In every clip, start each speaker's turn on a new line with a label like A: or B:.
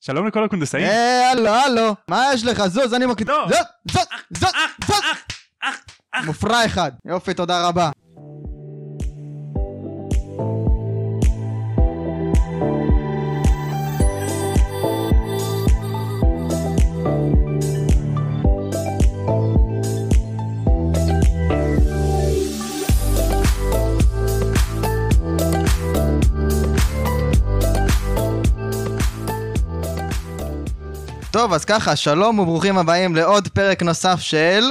A: שלום לכל הקונדסאים.
B: היי, אה, הלו, הלו, מה יש לך? זוז, אני מקליט.
A: לא.
B: זוז, זוז, זוז, זוז. מופרע אחד. יופי, תודה רבה. טוב, אז ככה, שלום וברוכים הבאים לעוד פרק נוסף של...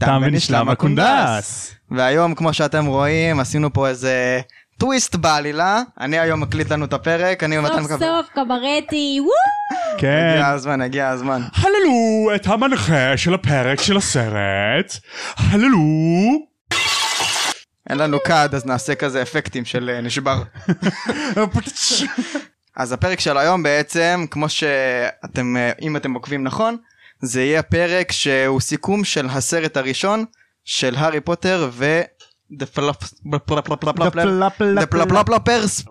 A: תם ונשלם הקונדס.
B: והיום, כמו שאתם רואים, עשינו פה איזה טוויסט בעלילה. אני היום מקליט לנו את הפרק, אני ומתן
C: סוף סוף קברטי, וואו!
A: כן.
B: הגיע הזמן, הגיע הזמן.
A: הללו את המנחה של הפרק של הסרט. הללו.
B: אין לנו קאד, אז נעשה כזה אפקטים של אה, נשבר. אז הפרק של היום בעצם, כמו שאתם, אה, אם אתם עוקבים נכון, זה יהיה פרק שהוא סיכום של הסרט הראשון של הארי פוטר ו... The Flop- The Ploploppers.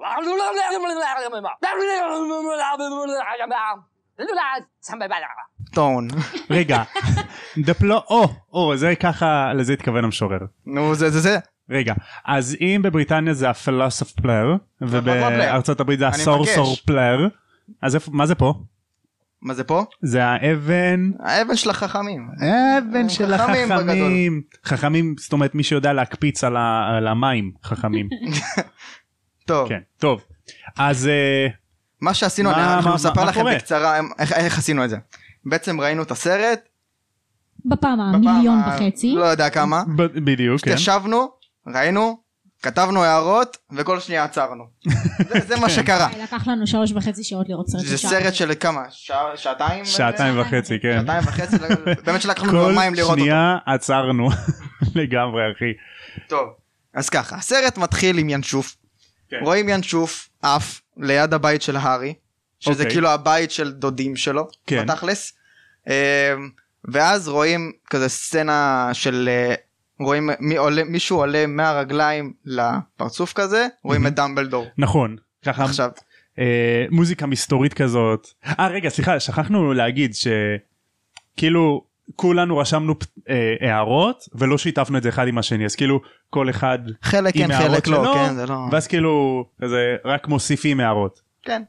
B: טון.
A: רגע. דפלו, או, או, זה ככה, לזה התכוון המשורר.
B: נו זה זה זה.
A: רגע, אז אם בבריטניה זה הפילוסוף פלר, ובארצות הברית זה
B: אני
A: הסורסור
B: מבקש.
A: פלר, אז איפה- מה זה פה?
B: מה זה פה?
A: זה האבן.
B: האבן של החכמים.
A: האבן של
B: חכמים
A: החכמים. אה, חכמים, זאת אומרת מי שיודע להקפיץ על ה- על המים, חכמים.
B: טוב,
A: כן, טוב. אז אה,
B: מה שעשינו,
A: מה-
B: אני-
A: מה-
B: אנחנו
A: מה-
B: נספר
A: מה
B: לכם
A: קורה?
B: בקצרה איך- איך עשינו את זה. בעצם ראינו את הסרט.
C: בפעם
B: בפעם
C: המיליון
B: ה-
C: וחצי.
B: לא יודע כמה.
A: ב- בדיוק, כן.
B: ישבנו, ראינו, כתבנו הערות, וכל שנייה עצרנו. זה- זה
A: כן.
B: מה שקרה.
C: לקח לנו שלוש וחצי שעות לראות סרט.
B: לא. זה
C: ישר.
B: סרט של כמה? שעה- שעתיים?
A: שעתיים וחצי, כן.
B: שעתיים וחצי? לא, באמת שלקחנו
A: כל
B: יומיים לראות אותו.
A: שנייה עצרנו לגמרי אחי.
B: טוב. אז ככה, הסרט מתחיל עם ינשוף.
A: כן.
B: רואים ינשוף עף ליד הבית של הארי, שזה
A: אוקיי.
B: כאילו הבית של דודים שלו,
A: כן.
B: בתכלס. אמ, ואז רואים כזה סצנה של... אה, רואים מי עולה, מישהו עולה מהרגליים לפרצוף כזה, רואים את דמבלדור.
A: נכון. ככה
B: עכשיו,
A: אה, מוזיקה מסתורית כזאת. אה רגע סליחה שכחנו להגיד שכאילו כולנו רשמנו פ- אה, הערות ולא שיתפנו את זה אחד עם השני אז כאילו כל אחד
B: חלק
A: עם
B: כן,
A: הערות
B: חלק לא,
A: שלו
B: כן, זה לא...
A: ואז כאילו כזה רק מוסיפים הערות.
B: כן.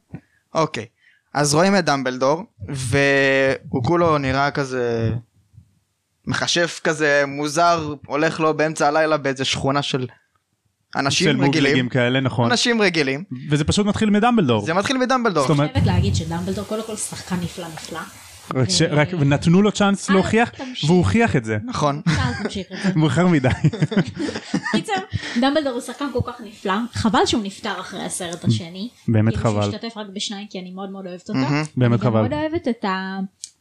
B: אוקיי. אז רואים את דמבלדור, והוא כולו נראה כזה מכשף כזה מוזר, הולך לו באמצע הלילה באיזה שכונה של
A: של
B: אנשים רגילים.
A: מוגלגים כאלה נכון
B: אנשים רגילים.
A: וזה פשוט מתחיל מדמבלדור.
B: זה מתחיל מדמבלדור.
A: זאת אומרת
C: אני חייבת להגיד שדמבלדור קודם כל שחקן נפלא נפלא.
A: רק ש- רק נתנו לו צ'אנס
C: אוקיי. אה,
A: להוכיח
C: תמשיך.
A: והוא הוכיח את זה.
B: נכון.
C: אפשר תמשיך את זה.
A: מאוחר מדי.
C: קיצר, דמבלדור הוא שחקן כל כך נפלא, חבל שהוא נפטר אחרי הסרט השני.
A: באמת
C: כאילו
A: חבל.
C: שהוא השתתף רק בשניים כי אני מאוד מאוד אוהבת אותו.
B: מהמם.
A: באמת חבל.
C: אני גם מאוד אוהבת את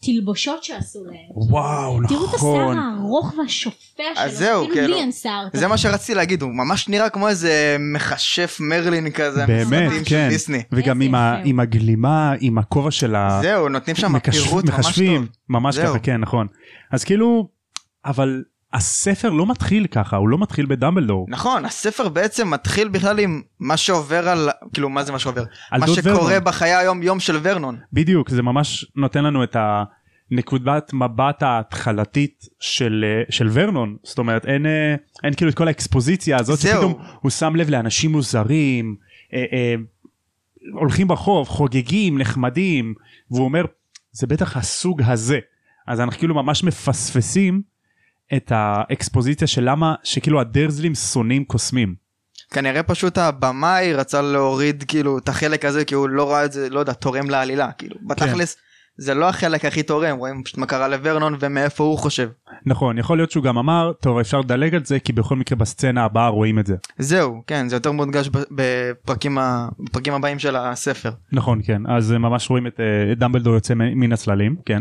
C: התלבושות שעשו להם.
A: וואו
C: תראו את השיער
A: נכון.
C: הארוך והשופע שלו,
B: אז זהו,
C: כאילו
B: כאילו,
C: לי אין שיער.
B: זה מה שרציתי להגיד, הוא ממש נראה כמו איזה מכשף מרלין כזה.
A: באמת
B: מהסרטים של
A: כן.
B: דיסני.
A: וגם
C: איזה
A: עם ה-
C: יפה.
A: עם הגלימה עם הכובע של ה...
B: זהו, נותנים שם
A: מקש-
B: פירוט ממש
A: מחשבים,
B: טוב.
A: ממש
B: זהו.
A: ככה כן נכון. אז כאילו אבל הספר לא מתחיל ככה הוא לא מתחיל בדמבלדור.
B: נכון, הספר בעצם מתחיל בכלל עם מה שעובר על, כאילו מה זה מה שעובר?
A: על
B: מה
A: דוד
B: שקורה
A: ורנון.
B: בחיי היום יום של ורנון.
A: בדיוק זה ממש נותן לנו את הנקודת מבט ההתחלתית של אה, של ורנון זאת אומרת אין אה, אין כאילו את כל האקספוזיציה הזאת
B: זהו.
A: שפתאום הוא שם לב לאנשים מוזרים אה, אה, הולכים ברחוב חוגגים נחמדים והוא אומר זה בטח הסוג הזה אז אנחנו כאילו ממש מפספסים את האקספוזיציה של למה שכאילו הדרזלים שונאים קוסמים.
B: כנראה פשוט הבמאי רצה להוריד כאילו את החלק הזה כי הוא לא ראה את זה לא יודע תורם לעלילה כאילו
A: כן.
B: בתכלס זה לא החלק הכי תורם רואים פשוט מה קרה לוורנון ומאיפה הוא חושב
A: נכון יכול להיות שהוא גם אמר טוב אפשר לדלג על זה כי בכל מקרה בסצנה הבאה רואים את זה.
B: זהו כן זה יותר מודגש ב- בפרקים, ה... בפרקים הבאים של הספר
A: נכון כן אז אה, ממש רואים את אה, את דמבלדור יוצא מ- מן הצללים כן.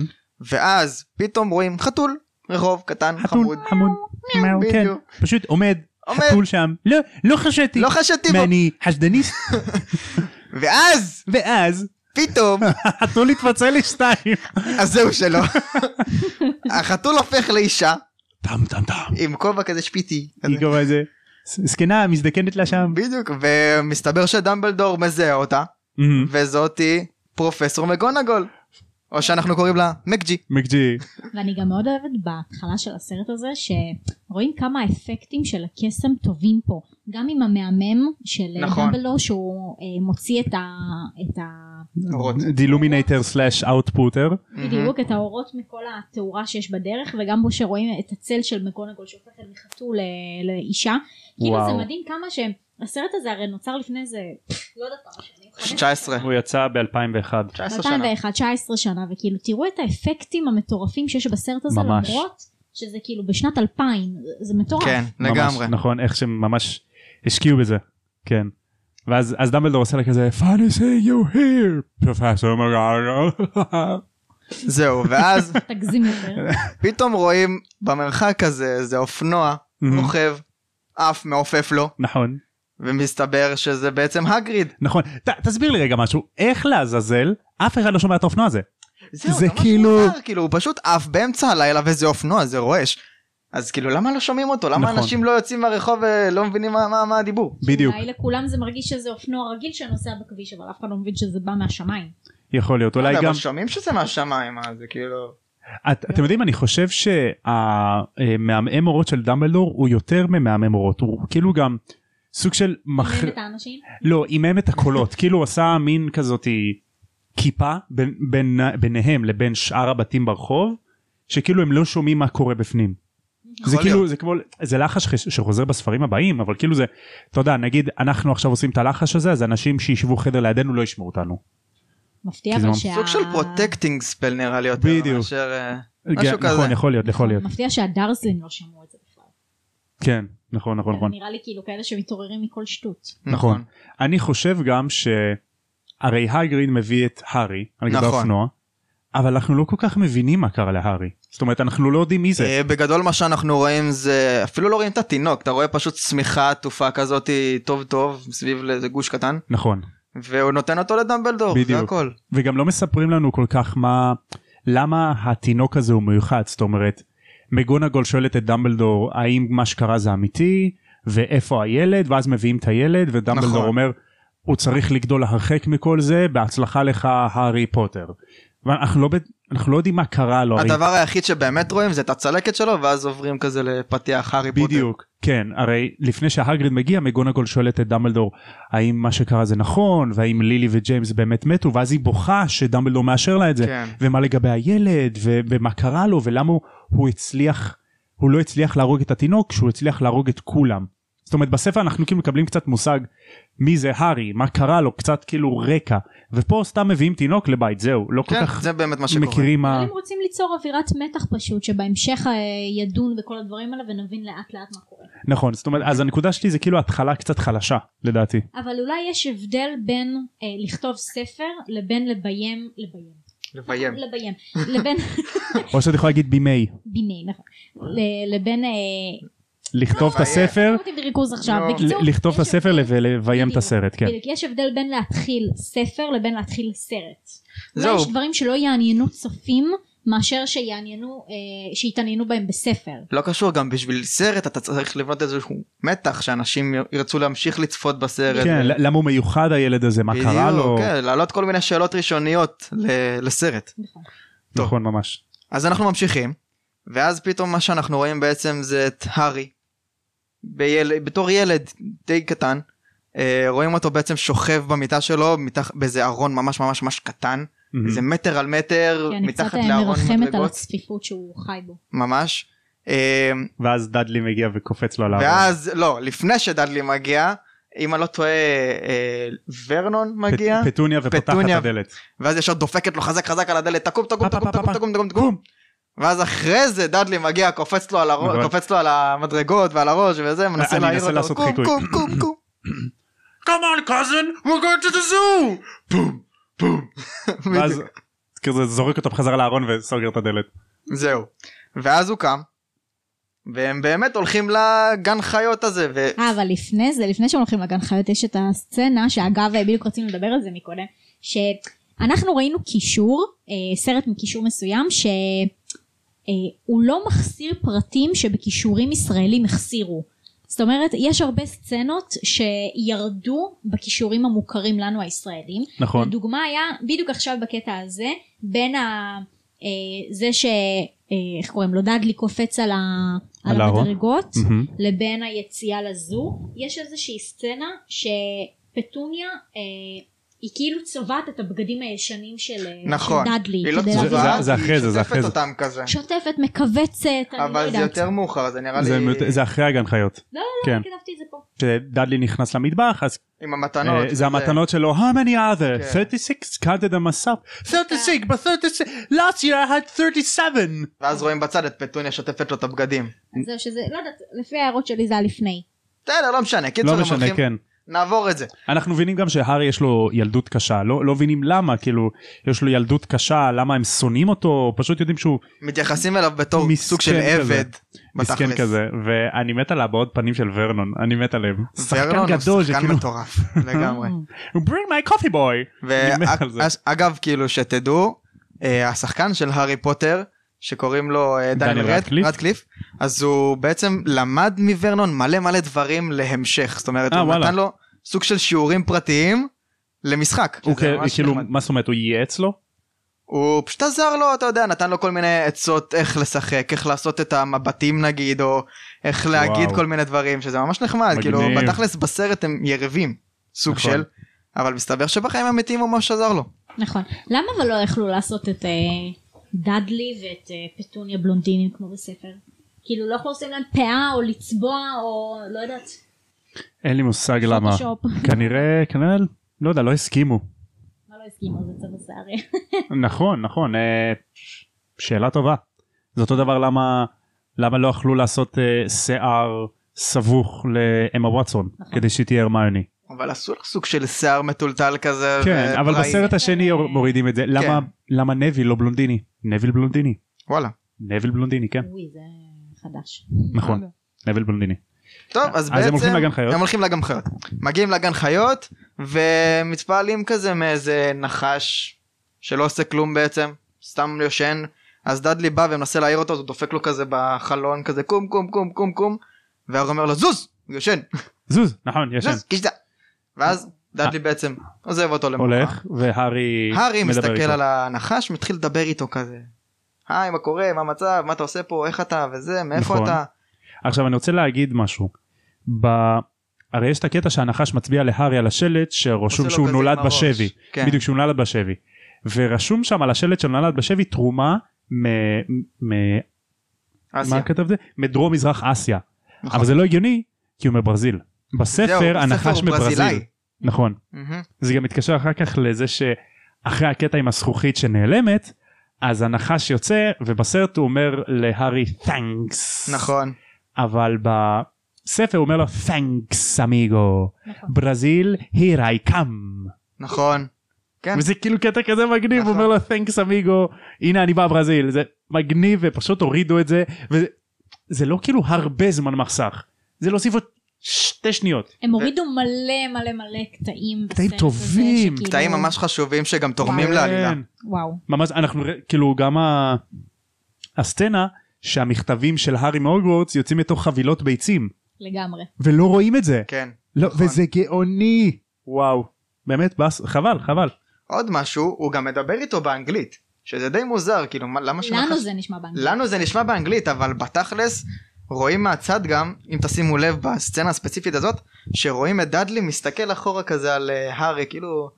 B: ואז פתאום רואים חתול רחוב קטן חמוד
A: חמוד. מיהו, כן.
B: בדיוק.
A: פשוט עומד
B: עומד.
A: חתול שם לא לא חשדתי.
B: לא חשדתי בו.
A: ואני חשדניסט
B: ואז
A: ואז
B: פתאום
A: החתול התפצל לשתיים.
B: אז זהו שלא החתול הופך לאישה
A: טם טם טם.
B: עם כובע כזה שפיצי כזה.
A: היא קוראה איזה זקנה מזדקנת לה שם.
B: בדיוק ומסתבר שדמבלדור מזהה אותה
A: מהמם.
B: וזאתי פרופסור מגונגול. או שאנחנו קוראים לה מקג'י.
A: מקג'י.
C: ואני גם מאוד אוהבת בהתחלה של הסרט הזה שרואים כמה האפקטים של הקסם טובים פה גם עם המהמם של
B: נכון.
C: נכון. דמבלו שהוא אה, מוציא את ה... את ה...
A: נכון.
B: אורות.
A: דילומינטר סלאש אאוטפוטר.
C: בדיוק את האורות מכל התאורה שיש בדרך וגם בו שרואים את הצל של מקונגול שהופכת מחתול ל- לאישה כאילו
A: וואו.
C: זה מדהים כמה שהסרט הזה הרי נוצר לפני איזה לא יודעת כמה שנים חמש-
B: 19.
A: הוא יצא ב-2001.
B: 19 שנה.
C: 2001, 19 שנה, וכאילו תראו את האפקטים המטורפים שיש בסרט הזה,
A: ממש.
C: למרות שזה כאילו בשנת 2000, זה מטורף.
B: כן, לגמרי.
A: נכון, איך שהם ממש השקיעו בזה. כן. ואז אז דמבלדור עושה לה כזה funny see you here פרופסור מגרגל.
B: זהו, ואז
C: תגזים יותר.
B: פתאום רואים במרחק הזה איזה אופנוע רוכב, עף מעופף לו,
A: נכון
B: ומסתבר שזה בעצם הגריד.
A: נכון ת- תסביר לי רגע משהו איך לעזאזל אף אחד לא שומע את האופנוע הזה
B: זהו,
A: זה
B: ממש
A: כאילו-
B: מוזר, כאילו הוא פשוט עף באמצע הלילה וזה אופנוע, זה רועש. אז כאילו למה לא שומעים אותו? למה
A: נכון.
B: אנשים לא יוצאים מהרחוב ולא מבינים מה- מה מה הדיבור?
A: בדיוק
C: אולי לא- לכולם זה מרגיש שזה אופנוע רגיל שנוסע בכביש, אבל אף אחד לא מבין שזה בא מהשמיים.
A: יכול להיות אולי
B: אבל
A: גם
B: שומעים שזה מהשמיים, מה זה כאילו...
A: את, אתם יודעים אני חושב שהמעמעם אורות של דמבלדור הוא יותר ממעמעם אורות הוא כאילו גם סוג של מח...
C: מבין את האנשים?
A: לא עימם את הקולות כאילו עשה מין כזאתי כיפה בין, בין, ביניהם לבין שאר הבתים ברחוב שכאילו הם לא שומעים מה קורה בפנים. זה
B: יכול
A: כאילו
B: להיות.
A: זה כמו זה לחש ש- שחוזר בספרים הבאים אבל כאילו זה אתה יודע נגיד אנחנו עכשיו עושים את הלחש הזה אז אנשים שישבו חדר לידינו לא ישמעו אותנו.
C: מפתיע
A: כי זה
C: אבל
A: ממש-
C: שה...
B: סוג של פרוטקטינג ספל נראה לי יותר.
A: בדיוק.
B: מאשר, אה,
A: כן,
B: משהו כזה.
A: נכון יכול להיות יכול להיות
C: מפתיע שהדרסלים לא שמעו את זה בכלל.
A: כן נכון נכון נכון.
C: נראה לי כאילו כאלה שמתעוררים מכל שטות.
A: נכון. אני חושב גם שהרי הגריד מביא את הארי על גבי
B: נכון.
A: האופנוע, אבל אנחנו לא כל כך מבינים מה קרה להארי. זאת אומרת אנחנו לא יודעים מי זה.
B: אה, בגדול מה שאנחנו רואים זה אפילו לא רואים את התינוק אתה רואה פשוט שמיכה עטופה כזאת טוב טוב סביב לאיזה גוש קטן
A: נכון.
B: והוא נותן אותו לדמבלדור זה
A: בדיוק.
B: הכל.
A: וגם לא מספרים לנו כל כך מה, למה התינוק הזה הוא מיוחד. זאת אומרת, מגונגול שואלת את דמבלדור האם מה שקרה זה אמיתי, ואיפה הילד, ואז מביאים את הילד, ודמבלדור
B: נכון.
A: אומר, הוא צריך לגדול הרחק מכל זה, בהצלחה לך הארי פוטר. ואנחנו לא, ב- אנחנו לא יודעים מה קרה לו. הרי-
B: הדבר היחיד שבאמת רואים זה את הצלקת שלו ואז עוברים כזה לפתיח הארי פוטר.
A: בדיוק, כן, הרי לפני שהגריד מגיע מגונגול שואלת את דמבלדור האם מה שקרה זה נכון והאם לילי וג'יימס באמת מתו ואז היא בוכה שדמבלדור מאשר לה את זה
B: כן.
A: ומה לגבי הילד ו- ומה קרה לו ולמה הוא, הוא הצליח, הוא לא הצליח להרוג את התינוק שהוא הצליח להרוג את כולם. זאת אומרת בספר אנחנו כאילו מקבלים קצת מושג מי זה הארי, מה קרה לו, קצת כאילו רקע ופה סתם מביאים תינוק לבית זהו, לא כל
B: כן
A: כך
B: זה באמת מה שקורה.
A: מכירים
C: אבל
A: מה...
C: הם רוצים ליצור אווירת מתח פשוט, שבהמשך אה, ידון בכל הדברים האלה ונבין לאט לאט מה קורה.
A: נכון, זאת אומרת אז הנקודה שלי זה כאילו התחלה קצת חלשה לדעתי.
C: אבל אולי יש הבדל בין אה, לכתוב ספר לבין לביים, לביים,
B: לביים.
C: לביים, לבין,
A: או שאתה יכול להגיד בימי.
C: בימי, נכון, ל- לבין, אה,
A: לכתוב את הספר,
C: אותי בריכוז עכשיו,
B: לא.
C: בקיצור,
A: ל- לכתוב את
C: יש
A: הספר
C: הבדל-
A: ולביים את
C: בדיוק,
A: הסרט, כן.
C: בדיוק, יש הבדל בין להתחיל ספר לבין להתחיל סרט.
B: זהו.
C: אולי יש דברים שלא יעניינו צופים מאשר שיעניינו, אה, שיתעניינו בהם בספר.
B: לא קשור גם בשביל סרט אתה צריך לבנות איזשהו מתח שאנשים ירצו להמשיך לצפות בסרט.
A: כן, ל- למה הוא מיוחד הילד הזה, מה קרה
B: בדיוק,
A: לו,
B: כן, להעלות כל מיני שאלות ראשוניות ל- לסרט. טוב.
A: נכון ממש.
B: אז אנחנו ממשיכים, ואז פתאום מה שאנחנו רואים בעצם זה את הארי, ביל... בתור ילד די קטן, אה, רואים אותו בעצם שוכב במיטה שלו, מתח... באיזה ארון ממש ממש ממש קטן,
A: מהמם.
B: איזה מטר על מטר,
C: כי אני קצת
B: מתחת
C: אה,
B: לארון
C: מרחמת על
B: מדרגות,
C: הצפיפות שהוא חי בו.
B: ממש. אה,
A: ואז דאדלי מגיע וקופץ לו על הארון.
B: ואז, לא, לפני שדדלי מגיע, אם אני לא טועה, אה, ורנון
A: פ-
B: מגיע,
A: פטוניה ופותחת
B: פטוניה.
A: את הדלת.
B: ואז ישר דופקת לו חזק חזק על הדלת, תקום תקום
A: פה,
B: תקום
A: פה, פה,
B: תקום
A: פה.
B: תקום תקום תקום. ואז אחרי זה דאדלי מגיע קופץ לו על
A: נכון.
B: הראש קופץ לו על המדרגות ועל הראש וזה מנסה
A: אני
B: להעיר
A: אנסה
B: אותו
A: לעשות
B: קום
A: חיקוי.
B: קום קום קום
A: Come on cousin, we're going to the zoo! ואז
B: בדיוק.
A: כזה זורק אותו בחזרה לארון וסוגר את הדלת.
B: זהו ואז הוא קם והם באמת הולכים לגן חיות הזה ו...
C: אה, אבל לפני זה, לפני שהם הולכים לגן חיות, יש את הסצנה, שאגב, בדיוק רצינו לדבר על זה מקודם, שאנחנו ראינו קישור, אה, סרט מקישור מסוים, אה, שהוא לא מחסיר פרטים שבקישורים ישראלים החסירו. זאת אומרת, יש הרבה סצנות שירדו בכישורים המוכרים לנו הישראלים.
A: נכון.
C: לדוגמה היה בדיוק עכשיו בקטע הזה, בין ה... אה, זה ש... אה, איך קוראים לו? דאדלי קופץ על, ה...
A: על
C: על
A: הארון.
C: המדרגות,
A: מהמם.
C: לבין היציאה לזו. יש איזושהי סצנה שפטוניה... אה, היא כאילו צובעת את הבגדים הישנים של, אה,
B: נכון.
C: של דאדלי.
B: היא לא
C: כדי
A: זה-
C: להראות-
A: זה-
B: צובעת,
A: זה אחרי
B: היא
A: זה, זה אחרי
B: שוטפת
A: זה.
B: אותם כזה.
C: שוטפת, מכווצת, אני לא
B: אבל
C: יודעת.
B: זה יותר מאוחר, זה נראה לי...
A: זה מת- זה אחרי הגן חיות.
C: לא,
A: כן.
C: לא, לא, כתבתי את זה פה.
A: כשדדלי נכנס למטבח אז
B: עם המתנות.
A: אה, זה המתנות שלו how many other
B: כן.
A: 36 counted them myself 36 but 36 last year I had 37
B: ואז רואים בצד את פטוניה שוטפת לו את הבגדים.
C: אז זהו שזה, לא יודעת, לפי ההערות שלי זה היה לפני.
B: בסדר, לא משנה. קיצור,
A: לא
B: הם
A: משנה
B: הולכים-
A: כן
B: נעבור את זה.
A: אנחנו מבינים גם שהארי יש לו ילדות קשה לא לא מבינים למה כאילו יש לו ילדות קשה למה הם שונאים אותו פשוט יודעים שהוא
B: מתייחסים אליו בתור
A: מסכן
B: סוג של
A: כזה.
B: עבד.
A: מסכן
B: בתכלס.
A: כזה ואני מת על הבעות פנים של ורנון אני מת עליהם.
B: ורנון
A: שחקן
B: הוא
A: גדול כאילו-
B: שחקן
A: שכאילו
B: מטורף לגמרי.
A: "You bring my coffee boy. אני מת על זה.
B: ואגב כאילו שתדעו אה, השחקן של הארי פוטר שקוראים לו אה,
A: דניאל
B: דניאל
A: רדקליף.
B: רדקליף. רדקליף אז הוא בעצם למד מוורנון מלא מלא דברים להמשך זאת אומרת
A: אה,
B: הוא
A: וואלה.
B: נתן לו סוג של שיעורים פרטיים למשחק.
A: הוא
B: שזה
A: כ-
B: ממש
A: כאילו
B: נחמד.
A: מה זאת אומרת הוא ייעץ לו
B: הוא פשוט עזר לו אתה יודע נתן לו כל מיני עצות איך לשחק איך לעשות את המבטים נגיד או איך להגיד
A: וואו.
B: כל מיני דברים שזה ממש נחמד
A: מגניב.
B: כאילו בתכלס בסרט הם יריבים סוג
A: נכון.
B: של אבל מסתבר שבחיים האמיתיים הוא ממש עזר לו.
C: נכון. למה אבל לא יכלו לעשות את אה, דאדלי ואת אה, פטוניה בלונדינים כמו בספר? כאילו לא יכלו לשים להם פאה או לצבוע או לא יודעת.
A: אין לי מושג למה
C: פוטושופ.
A: כנראה כנראה לא יודע לא הסכימו
C: מה לא הסכימו זה צבע שערי.
A: נכון נכון אה, שאלה טובה זה אותו דבר למה למה לא יכלו לעשות אה, שיער סבוך לאמה וואטסון
C: נכון.
A: כדי שהיא תהיה הרמיוני
B: אבל עשו לך סוג של שיער מטולטל כזה.
A: כן אבל
B: ופראי.
A: בסרט השני מורידים את זה למה
B: כן.
A: למה נביל לא בלונדיני נביל בלונדיני
B: וואלה.
A: נביל בלונדיני כן
C: אוי זה חדש.
A: נכון נביל בלונדיני
B: טוב אז,
A: אז הם
B: בעצם
A: הולכים לגן חיות?
B: הם הולכים לגן חיות. מגיעים לגן חיות ומתפעלים כזה מאיזה נחש שלא עושה כלום בעצם סתם יושן אז דדלי בא ומנסה להעיר אותו אז הוא דופק לו כזה בחלון כזה קום קום קום קום קום והוא אומר לו זוז הוא יושן
A: זוז נכון ישן
B: זוז קישדה. ואז דדלי בעצם עוזב אותו למחר.
A: הולך והארי
B: הארי
A: מדבר
B: מסתכל
A: איתו.
B: על הנחש מתחיל לדבר איתו כזה. היי מה קורה מה המצב מה אתה עושה פה איך אתה וזה מאיפה
A: נכון.
B: אתה.
A: עכשיו אני רוצה להגיד משהו. ב... הרי יש את הקטע שהנחש מצביע להארי על השלט שרשום
B: לו
A: שהוא
B: כזה
A: נולד
B: עם הראש.
A: בשבי.
B: כן.
A: בדיוק שהוא נולד בשבי. ורשום שם על השלט של נולד בשבי תרומה מ... מ...
B: אסיה.
A: מה כתב זה? מדרום מזרח אסיה.
B: נכון.
A: אבל זה לא הגיוני כי הוא מברזיל. בספר
B: זהו,
A: הנחש
B: הספר הוא
A: מברזיל.
B: ברזילאי.
A: נכון.
B: מהמם.
A: זה גם מתקשר אחר כך לזה שאחרי הקטע עם הזכוכית שנעלמת אז הנחש יוצא ובסרט הוא אומר להארי תנקס.
B: נכון.
A: אבל בספר הוא אומר לו Thanks אמיגו
C: נכון.
A: ברזיל here I come
B: נכון. כן.
A: וזה כאילו קטע כזה מגניב הוא
B: נכון.
A: אומר לו Thanks אמיגו הנה אני בא ברזיל זה מגניב ופשוט הורידו את זה וזה זה לא כאילו הרבה זמן מחסך זה להוסיף עוד שתי שניות
C: הם הורידו מלא מלא מלא קטעים.
A: קטעים
C: בסרט הזה,
A: טובים.
C: שכאילו-
B: קטעים ממש חשובים שגם תורמים
A: כן.
B: לעלילה.
C: וואו.
A: ממש אנחנו נראה- כאילו גם ה- הסצנה שהמכתבים של הארי מהוגוורטס יוצאים מתוך חבילות ביצים
C: לגמרי.
A: ולא רואים את זה
B: כן.
A: לא,
B: נכון.
A: וזה גאוני וואו באמת בס חבל חבל
B: עוד משהו הוא גם מדבר איתו באנגלית שזה די מוזר כאילו מה- למה שנחש-
C: לנו זה נשמע באנגלית.
B: לנו זה נשמע באנגלית אבל בתכלס רואים מהצד גם אם תשימו לב בסצנה הספציפית הזאת שרואים את דאדלי מסתכל אחורה כזה על אה, הארי כאילו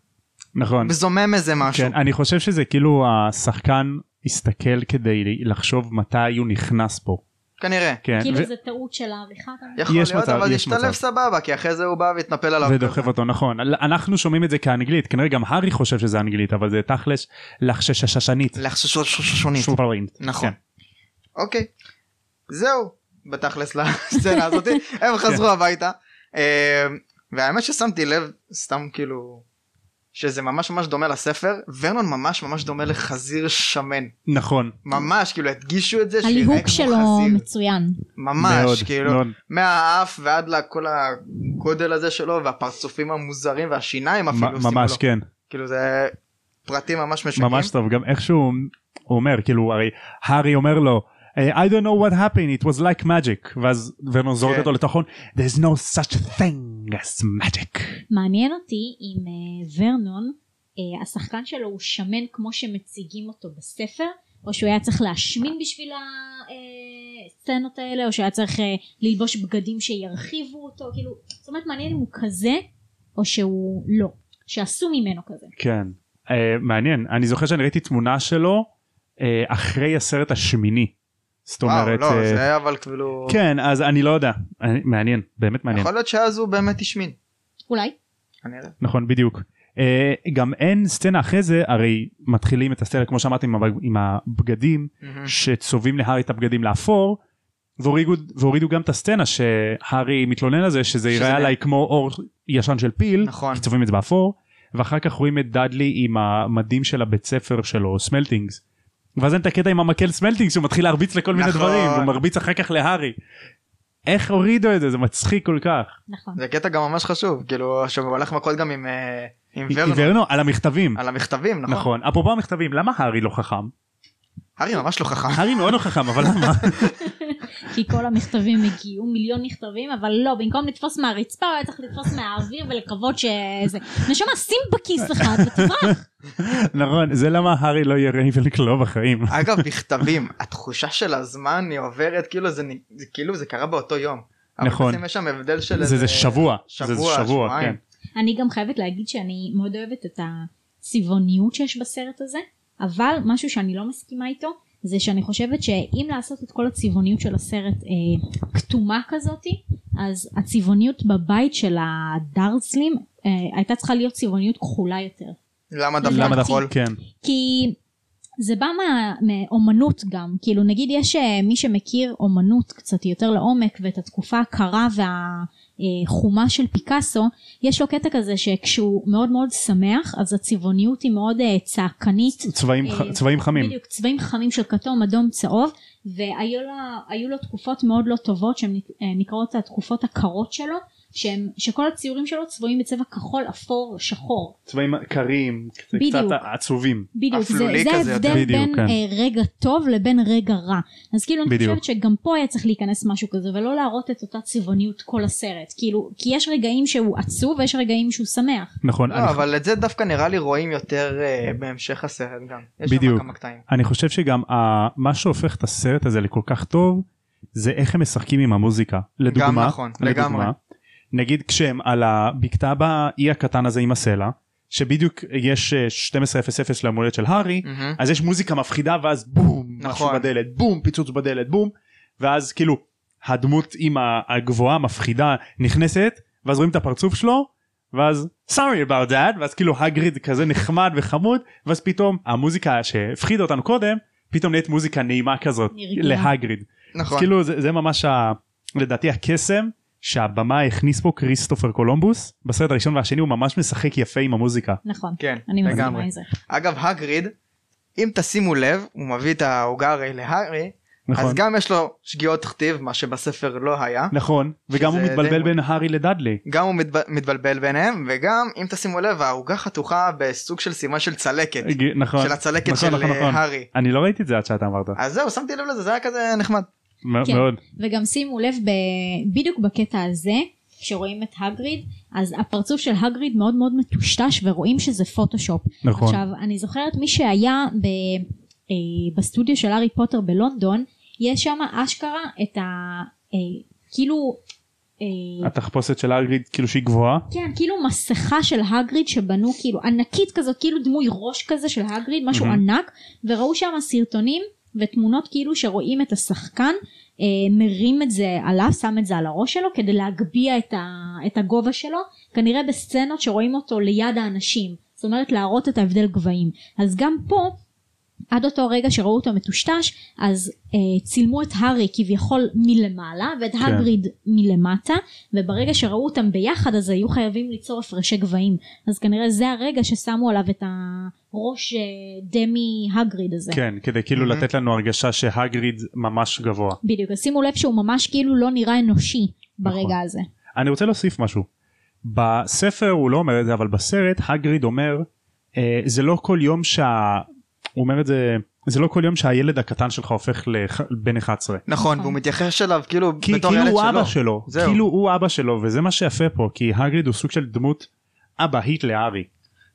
A: נכון
B: מזומם איזה משהו.
A: כן, אני חושב שזה כאילו השחקן הסתכל כדי לחשוב מתי הוא נכנס פה.
B: כנראה.
A: כן,
C: כאילו
A: ו-
C: זה טעות של העריכה. אתה אומר?
B: יכול
A: יש
B: להיות
A: מצב,
B: אבל
A: יש מצב.
B: השתלב סבבה כי אחרי זה הוא בא והתנפל עליו.
A: ודוחף אותו, נכון. אנחנו שומעים את זה כאנגלית, כנראה גם הארי חושב שזה אנגלית, אבל זה תכלס לחשש הששנית.
B: לחשושונית.
A: שופרינט.
B: נכון.
A: כן.
B: אוקיי. זהו. בתכלס לסצנה הזאת. הם
A: כן.
B: חזרו הביתה. אה, והאמת ששמתי לב סתם כאילו שזה ממש ממש דומה לספר. ורנון ממש ממש דומה לחזיר שמן.
A: נכון.
B: ממש כאילו הדגישו את זה. שיראה
C: הליהוק
B: כמו
C: שלו
B: חזיר.
C: מצוין.
A: מאוד,
B: ממש כאילו
A: מאוד.
B: מהאף ועד לכל הגודל הזה שלו והפרצופים המוזרים והשיניים אפילו.
A: מ-
B: שימו
A: ממש
B: לו.
A: כן,
B: כאילו זה פרטים ממש משקים.
A: ממש טוב. גם איכשהו הוא אומר, כאילו, הרי הארי אומר לו, אה, I don't know what happened, it was like magic, ואז ורנון זורק
B: כן.
A: אותו לתוכן, there's no such thing as magic.
C: מעניין אותי אם אה, ורנון, אה, השחקן שלו הוא שמן כמו שמציגים אותו בספר, או שהוא היה צריך להשמין בשביל אה, הסצנות האלה, או שהיה צריך אה, ללבוש בגדים שירחיבו אותו, כאילו, זאת אומרת מעניין אם הוא כזה, או שהוא לא, שעשו ממנו כזה.
A: כן. Uh, מעניין, אני זוכר שאני ראיתי תמונה שלו uh, אחרי הסרט השמיני. זאת אומרת,
B: וואו, לא,
A: אה,
B: זה היה אבל כאילו...
A: כן, אז אני לא יודע, אני- מעניין, באמת מעניין.
B: יכול להיות שאז הוא באמת השמין.
C: אולי?
B: אני יודע.
A: נכון בדיוק uh, גם אין סצנה אחרי זה הרי מתחילים את הסצנה כמו שאמרתי עם, הבג- עם הבגדים
B: מהמם.
A: שצובעים להארי את הבגדים לאפור והורידו, והורידו גם את הסצנה שהארי מתלונן על זה שזה
B: שזה
A: ייראה
B: נ-
A: עליי כמו אור ישן של פיל
B: נכון.
A: כי צובעים את זה באפור ואחר כך רואים את דאדלי עם המדים של הבית ספר שלו סמלטינגס ואז אין את הקטע עם המקל סמלטינגס שהוא מתחיל להרביץ לכל מיני
B: נכון.
A: דברים הוא מרביץ אחר כך להארי איך הורידו את זה זה מצחיק כל כך
C: נכון.
B: זה קטע גם ממש חשוב, כאילו, שהוא הלך מכות גם עם אה, עם ורנון,
A: עיוורנו על המכתבים
B: על המכתבים, נכון?
A: נכון, אפרופו המכתבים, למה הארי לא חכם?
B: הארי ממש לא חכם.
A: הארי מאוד לא חכם, אבל למה?
C: כי כל המכתבים הגיעו, מיליון מכתבים, אבל לא, במקום לתפוס מהרצפה, הוא היה צריך לתפוס מהאוויר ולקוות שזה... נשמה, שים בכיס אחד ותברח.
A: נכון, זה למה הארי לא יהיה רייבל קלו בחיים.
B: אגב, מכתבים, התחושה של הזמן היא עוברת, כאילו זה נ- זה- כאילו זה קרה באותו יום. אבל
A: נכון.
B: בעצם יש שם הבדל של
A: זה זה שבוע, זה זה
B: שבוע,
A: שבוע, כן.
B: שבועיים.
C: אני גם חייבת להגיד שאני מאוד אוהבת את הצבעוניות שיש בסרט הזה, אבל משהו שאני לא מסכימה איתו, זה שאני חושבת שאם לעשות את כל הצבעוניות של הסרט אה, כתומה כזאתי, אז הצבעוניות בבית של הדרסלים אה, הייתה צריכה להיות צבעוניות כחולה יותר.
B: למה
C: לדעתי.
B: דווקא בחול?
A: כן,
C: כי זה בא מה- מאומנות גם, כאילו נגיד יש אה, מי שמכיר אומנות קצת יותר לעומק ואת התקופה הקרה והחומה של פיקאסו, יש לו קטע כזה שכשהוא מאוד מאוד שמח אז הצבעוניות היא מאוד אה, צעקנית.
A: צבעים ח-
C: אה,
A: צבעים חמים.
C: בדיוק, צבעים חמים של כתום, אדום, צהוב, והיו לה- היו לו תקופות מאוד לא טובות שהן נק- אה, נקראות התקופות הקרות שלו, שהם, שכל הציורים שלו צבועים בצבע כחול, אפור, שחור.
A: צבעים קרים, קצת
C: בדיוק.
A: עצובים.
C: בדיוק, זה,
B: אפלולי
C: זה
B: כזה יותר.
C: ההבדל
A: בדיוק,
C: בין
A: כן.
C: אה, רגע טוב לבין רגע רע. אז כאילו אני
A: בדיוק.
C: חושבת שגם פה היה צריך להיכנס משהו כזה ולא להראות את אותה צבעוניות כל הסרט. כאילו, כי יש רגעים שהוא עצוב ויש רגעים שהוא שמח.
A: נכון, אני-
B: לא, אבל את זה דווקא נראה לי רואים יותר אה, בהמשך הסרט גם. יש שם
A: בדיוק.
B: כמה קטעים.
A: אני חושב שגם ה- מה שהופך את הסרט הזה לכל כך טוב, זה איך הם משחקים עם המוזיקה. לדוגמה,
B: נכון,
A: לדוגמה,
B: לגמרי.
A: נגיד כשהם על הבקתה באי הקטן הזה עם הסלע, שבדיוק יש אה, 12:00 ליום הולדת של הארי,
B: מהמם.
A: אז יש מוזיקה מפחידה ואז בום
B: נכון.
A: משהו בדלת בום פיצוץ בדלת בום ואז כאילו הדמות עם ה- הגבוהה המפחידה נכנסת ואז רואים את הפרצוף שלו ואז sorry about that ואז כאילו הגריד כזה נחמד וחמוד ואז פתאום המוזיקה שהפחידה אותנו קודם פתאום נהיית מוזיקה נעימה כזאת
C: נרגעה.
A: להגריד אז
B: נכון.
A: כאילו זה, זה ממש ה, לדעתי הקסם שהבמה הכניס פה כריסטופר קולומבוס בסרט הראשון והשני הוא ממש משחק יפה עם המוזיקה
C: נכון,
B: כן,
C: אני מסכימה
B: לגמרי.
C: עם זה.
B: אגב, הגריד, אם תשימו לב, הוא מביא את העוגה הרי להארי,
A: נכון
B: אז גם יש לו שגיאות כתיב, מה שבספר לא היה.
A: נכון וגם הוא
B: שזה
A: מתבלבל
B: די-
A: בין הארי לדאדלי
B: גם הוא מתב- מתבלבל ביניהם, וגם, אם תשימו לב, העוגה חתוכה בסוג של סימן של צלקת.
A: ג- נכון.
B: של הצלקת
A: נכון,
B: של
A: נכון,
B: אה,
A: נכון.
B: הארי.
A: אני לא ראיתי את זה עד שאתה אמרת.
B: אז זהו, שמתי לב לזה, זה היה כזה נחמד.
A: מ-
C: כן.
A: מאוד.
C: וגם שימו לב, ב... בדיוק בקטע הזה, כשרואים את הגריד, אז הפרצוף של הגריד מאוד מאוד מטושטש ורואים שזה פוטושופ.
A: נכון.
C: עכשיו, אני זוכרת מי שהיה ב... אה, בסטודיו של הארי פוטר בלונדון, יש שם אשכרה את ה... אה, כאילו... אה,
A: התחפושת של האגריד כאילו שהיא גבוהה.
C: כן, כאילו מסכה של הגריד שבנו כאילו ענקית כזאת, כאילו דמוי ראש כזה של הגריד, משהו
A: מהמם.
C: ענק, וראו שם סרטונים ותמונות כאילו שרואים את השחקן אה, מרים את זה עליו, שם את זה על הראש שלו כדי להגביה את, ה, את הגובה שלו, כנראה בסצנות שרואים אותו ליד האנשים, זאת אומרת להראות את ההבדל גבהים. אז גם פה עד אותו רגע שראו אותו מטושטש אז אה, צילמו את הארי כביכול מלמעלה ואת
A: כן.
C: הגריד מלמטה וברגע שראו אותם ביחד אז היו חייבים ליצור הפרשי גבהים אז כנראה זה הרגע ששמו עליו את הראש אה, דמי הגריד הזה.
A: כן, כדי כאילו
B: Mhm.
A: לתת לנו הרגשה שהגריד ממש גבוה.
C: בדיוק אז שימו לב שהוא ממש כאילו לא נראה אנושי ברגע
A: נכון.
C: הזה.
A: אני רוצה להוסיף משהו. בספר הוא לא אומר את זה, אבל בסרט הגריד אומר, אה, זה לא כל יום שה... הוא אומר את זה, זה לא כל יום שהילד הקטן שלך הופך לבן 11.
B: נכון,
C: נכון.
B: והוא מתייחס אליו כאילו
A: כי,
B: בתור
A: כאילו
B: ילד
A: הוא
B: שלו.
A: אבא שלו,
B: זהו.
A: כאילו הוא אבא שלו, וזה מה שיפה פה, כי הגריד הוא סוג של דמות אבהית לארי,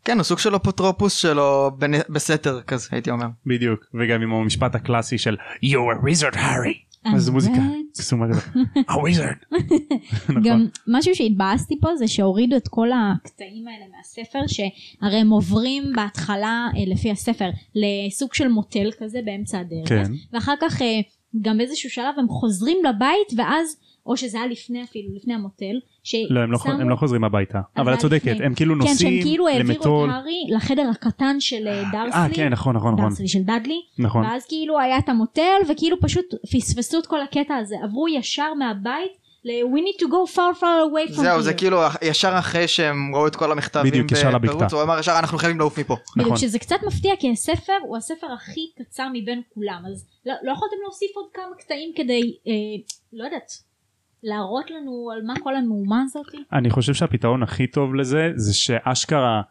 B: כן, הוא סוג של אפוטרופוס שלו בנ- בסתר כזה, הייתי אומר.
A: בדיוק, וגם עם המשפט הקלאסי של You're a wizard, Harry.
C: I'm
A: אז זו מוזיקה,
C: red.
A: קסומה כזה, a wizard.
C: גם
A: נכון.
C: משהו שהתבאסתי פה זה שהורידו את כל הקטעים האלה מהספר שהרי הם עוברים בהתחלה אה, לפי הספר לסוג של מוטל כזה באמצע הדרך
A: כן.
C: ואחר כך אה, גם באיזשהו שלב הם חוזרים לבית ואז או שזה היה לפני אפילו לפני המוטל
A: לא, הם לא חו- הם לא חוזרים הביתה, אבל
C: היה
A: את צודקת,
C: לפני.
A: הם כאילו
C: כן שהם
A: נוסעים
C: כאילו העבירו
A: למטול.
C: את הארי לחדר הקטן של אה, דרסלי
A: אה, כן, נכון, נכון, נכון,
C: דרסלי של דאדלי
A: נכון.
C: ואז כאילו היה את המוטל וכאילו פשוט פספסו את כל הקטע הזה עברו ישר מהבית ל- We need to go far far away from
B: זהו, זה
C: here.
B: כאילו ישר אחרי שהם ראו את כל המכתבים
A: בדיוק, ישר
B: בפרוץ,
A: לבקתה.
B: הוא אמר ישר אנחנו חייבים לעוף מפה.
A: נכון.
C: בדיוק שזה קצת מפתיע כי הספר הוא הספר הכי קצר מבין כולם אז לא, לא יכולתם להוסיף עוד כמה קטעים כדי אה, לא יודעת להראות לנו על מה כל המהומה הזאת
A: אני חושב שהפתרון הכי טוב לזה זה שאשכרה